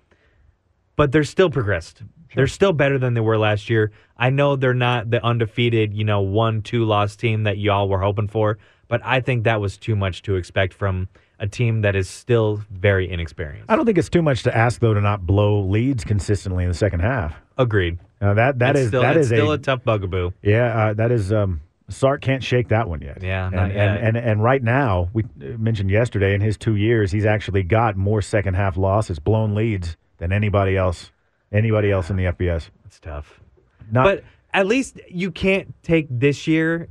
Speaker 3: but they're still progressed. They're still better than they were last year. I know they're not the undefeated, you know, one, two loss team that y'all were hoping for, but I think that was too much to expect from a team that is still very inexperienced.
Speaker 2: I don't think it's too much to ask though to not blow leads consistently in the second half.
Speaker 3: Agreed.
Speaker 2: Uh, that that
Speaker 3: It's
Speaker 2: is
Speaker 3: still,
Speaker 2: that
Speaker 3: it's
Speaker 2: is
Speaker 3: still
Speaker 2: a,
Speaker 3: a tough bugaboo.
Speaker 2: yeah uh, that is um, Sark can't shake that one yet.
Speaker 3: Yeah,
Speaker 2: and,
Speaker 3: not yet.
Speaker 2: And, and and right now we uh, mentioned yesterday in his two years he's actually got more second half losses, blown leads than anybody else, anybody else in the FBS.
Speaker 3: It's tough.
Speaker 2: Not,
Speaker 3: but at least you can't take this year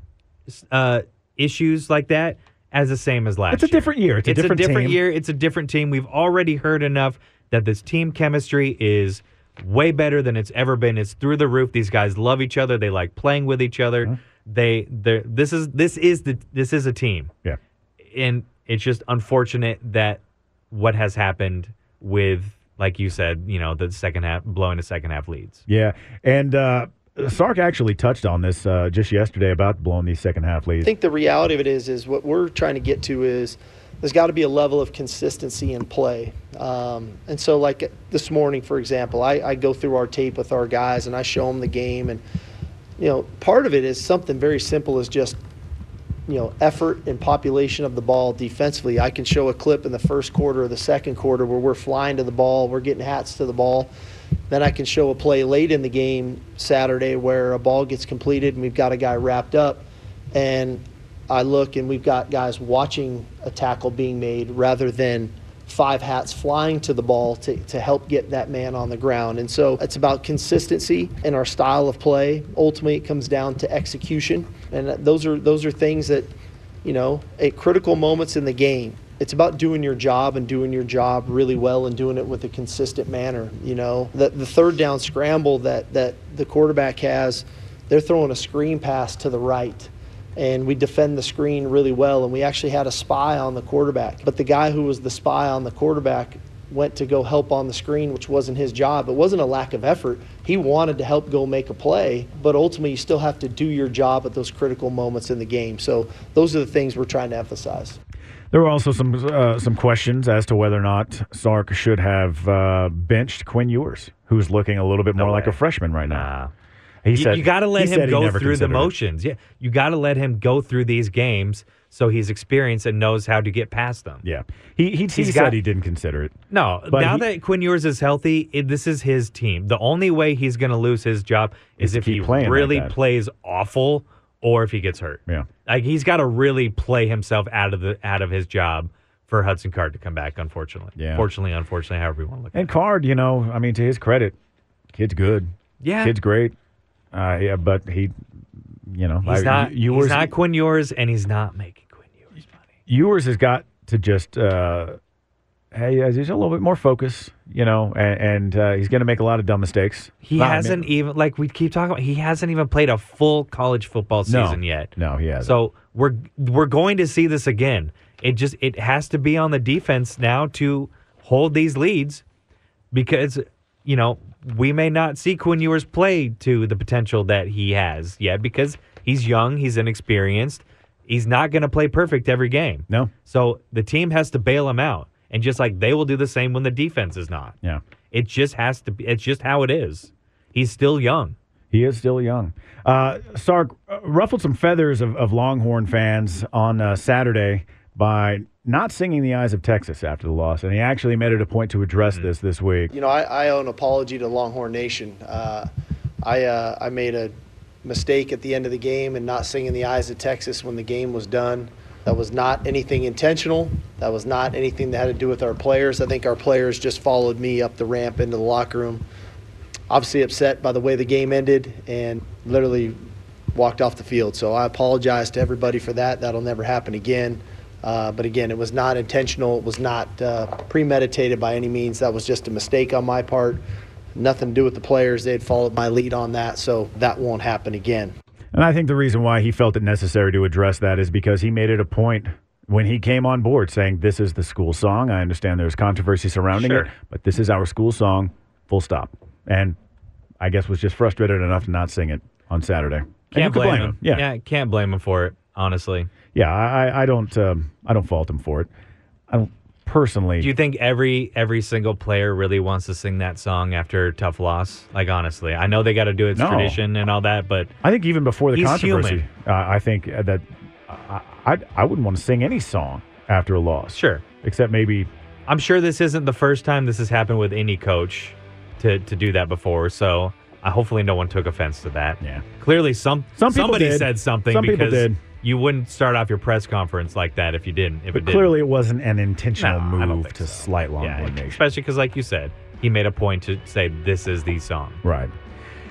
Speaker 3: uh, issues like that as the same as last.
Speaker 2: It's a different year. It's a different team.
Speaker 3: year. It's a different team. We've already heard enough that this team chemistry is way better than it's ever been. It's through the roof. These guys love each other. They like playing with each other.
Speaker 2: Mm-hmm.
Speaker 3: They they this is this is the this is a team.
Speaker 2: Yeah.
Speaker 3: And it's just unfortunate that what has happened with like you said, you know, the second half blowing the second half leads.
Speaker 2: Yeah, and uh, Sark actually touched on this uh, just yesterday about blowing these second half
Speaker 12: I
Speaker 2: leads.
Speaker 12: think the reality of it is, is what we're trying to get to is there's got to be a level of consistency in play. Um, and so, like this morning, for example, I, I go through our tape with our guys and I show them the game. And, you know, part of it is something very simple as just, you know, effort and population of the ball defensively. I can show a clip in the first quarter or the second quarter where we're flying to the ball, we're getting hats to the ball. Then I can show a play late in the game Saturday where a ball gets completed and we've got a guy wrapped up and I look and we've got guys watching a tackle being made rather than five hats flying to the ball to, to help get that man on the ground. And so it's about consistency in our style of play. Ultimately, it comes down to execution. And that- those are, those are things that, you know, at critical moments in the game, it's about doing your job and doing your job really well and doing it with a consistent manner. You know, the, the third down scramble that, that the quarterback has, they're throwing a screen pass to the right and we defend the screen really well. And we actually had a spy on the quarterback, but the guy who was the spy on the quarterback went to go help on the screen, which wasn't his job. It wasn't a lack of effort. He wanted to help go make a play, but ultimately you still have to do your job at those critical moments in the game. So those are the things we're trying to emphasize.
Speaker 2: There were also some uh, some questions as to whether or not Sark should have uh, benched Quinn Ewers, who's looking a little bit more like a freshman right now. He
Speaker 3: you,
Speaker 2: said
Speaker 3: you got to let
Speaker 2: he said
Speaker 3: him
Speaker 2: he
Speaker 3: go
Speaker 2: never
Speaker 3: through the
Speaker 2: considered it.
Speaker 3: motions. Yeah, you got to let him go through these games so he's experienced and knows how to get past them.
Speaker 2: Yeah, he he, he
Speaker 3: He's
Speaker 2: said
Speaker 3: got-
Speaker 2: he didn't consider it.
Speaker 3: No,
Speaker 2: But
Speaker 3: now
Speaker 2: he-
Speaker 3: that Quinn Ewers is healthy, it, this is his team. The only way he's going to lose his job is
Speaker 2: to
Speaker 3: if
Speaker 2: keep
Speaker 3: he
Speaker 2: playing like
Speaker 3: really
Speaker 2: that.
Speaker 3: plays awful or if he gets hurt.
Speaker 2: Yeah.
Speaker 3: Like he's got to really play himself out of the out of his job for Hudson Card to come back. Unfortunately,
Speaker 2: Yeah.
Speaker 3: Fortunately, unfortunately, however you want to look.
Speaker 2: And Card, you know, I mean, to his credit, kid's good.
Speaker 3: Yeah.
Speaker 2: kid's great. Uh, yeah, but he, you know,
Speaker 3: He's
Speaker 2: I-
Speaker 3: not.
Speaker 2: Ewers,
Speaker 3: he's not Quinn Ewers, and he's not making.
Speaker 2: Ewers has got to just, uh, hey, uh, he's a little bit more focus, you know, and, and uh, he's going to make a lot of dumb mistakes.
Speaker 3: He
Speaker 2: Not- I mean,
Speaker 3: hasn't e-, even like we keep talking about. He hasn't even played a full college football
Speaker 2: No.
Speaker 3: season yet.
Speaker 2: No, he hasn't.
Speaker 3: So we're we're going to see this again. It just it has to be on the defense now to hold these leads because you know we may not see Quinn Ewers play to the potential that he has yet because he's young, he's inexperienced, he's not going to play perfect every game.
Speaker 2: No.
Speaker 3: So the team has to bail him out, and just like they will do the same when the defense is not.
Speaker 2: Yeah.
Speaker 3: It just has to be. It's just how it is. He's still young.
Speaker 2: He is still young. Uh, Sark uh, ruffled some feathers of, of Longhorn fans on uh, Saturday by not singing the eyes of Texas after the loss, and he actually made it a point to address this this week.
Speaker 12: You know, I, I owe an apology to Longhorn Nation. Uh, I uh, I made a mistake at the end of the game and not singing the eyes of Texas when the game was done. That was not anything intentional. That was not anything that had to do with our players. I think our players just followed me up the ramp into the locker room. Obviously upset by the way the game ended and literally walked off the field. So I apologize to everybody for that. That'll never happen again. Uh, but again, it was not intentional. It was not uh, premeditated by any means. That was just a mistake on my part. Nothing to do with the players. They had followed my lead on that, so that won't happen again.
Speaker 2: And I think the reason why he felt it necessary to address that is because he made it a point when he came on board saying, This is the school song. I understand there's controversy surrounding
Speaker 3: Sure.
Speaker 2: it, but this is our school song, full stop. And I guess was just frustrated enough to not sing it on Saturday. And you
Speaker 3: Can't
Speaker 2: could
Speaker 3: blame,
Speaker 2: blame
Speaker 3: him.
Speaker 2: Yeah.
Speaker 3: can't blame him for it. Honestly,
Speaker 2: Yeah, I, I- I don't, um, I don't fault him for it. I don't personally.
Speaker 3: do you think every every single player really wants to sing that song after a tough loss? Like honestly, I know they got to do it, it's
Speaker 2: No.
Speaker 3: tradition and all that, but
Speaker 2: I think even before the
Speaker 3: He's
Speaker 2: controversy,
Speaker 3: human.
Speaker 2: uh, I think uh, that I, I, I wouldn't want to sing any song after a loss.
Speaker 3: Sure.
Speaker 2: Except maybe
Speaker 3: I'm sure this isn't the first time this has happened with any coach to to do that before. So I hopefully no one took offense to that.
Speaker 2: Yeah.
Speaker 3: Clearly, some,
Speaker 2: Some people
Speaker 3: somebody
Speaker 2: did.
Speaker 3: said something.
Speaker 2: Some people
Speaker 3: because
Speaker 2: did.
Speaker 3: You wouldn't start off your press conference like that if you didn't. If
Speaker 2: But
Speaker 3: it didn't.
Speaker 2: clearly, it wasn't an intentional
Speaker 3: No, I don't
Speaker 2: move to slight Longhorn Nation.
Speaker 3: especially because, like you said, he made a point to say this is the song.
Speaker 2: Right.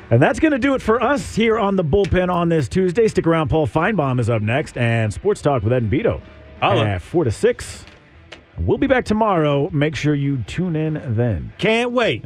Speaker 2: And that's going to do it for us here on the bullpen on this Tuesday. Stick around. Paul Feinbaum is up next, and Sports Talk with Ed and Vito
Speaker 3: Holla.
Speaker 2: at 4 to 6. We'll be back tomorrow. Make sure you tune in then.
Speaker 3: Can't wait.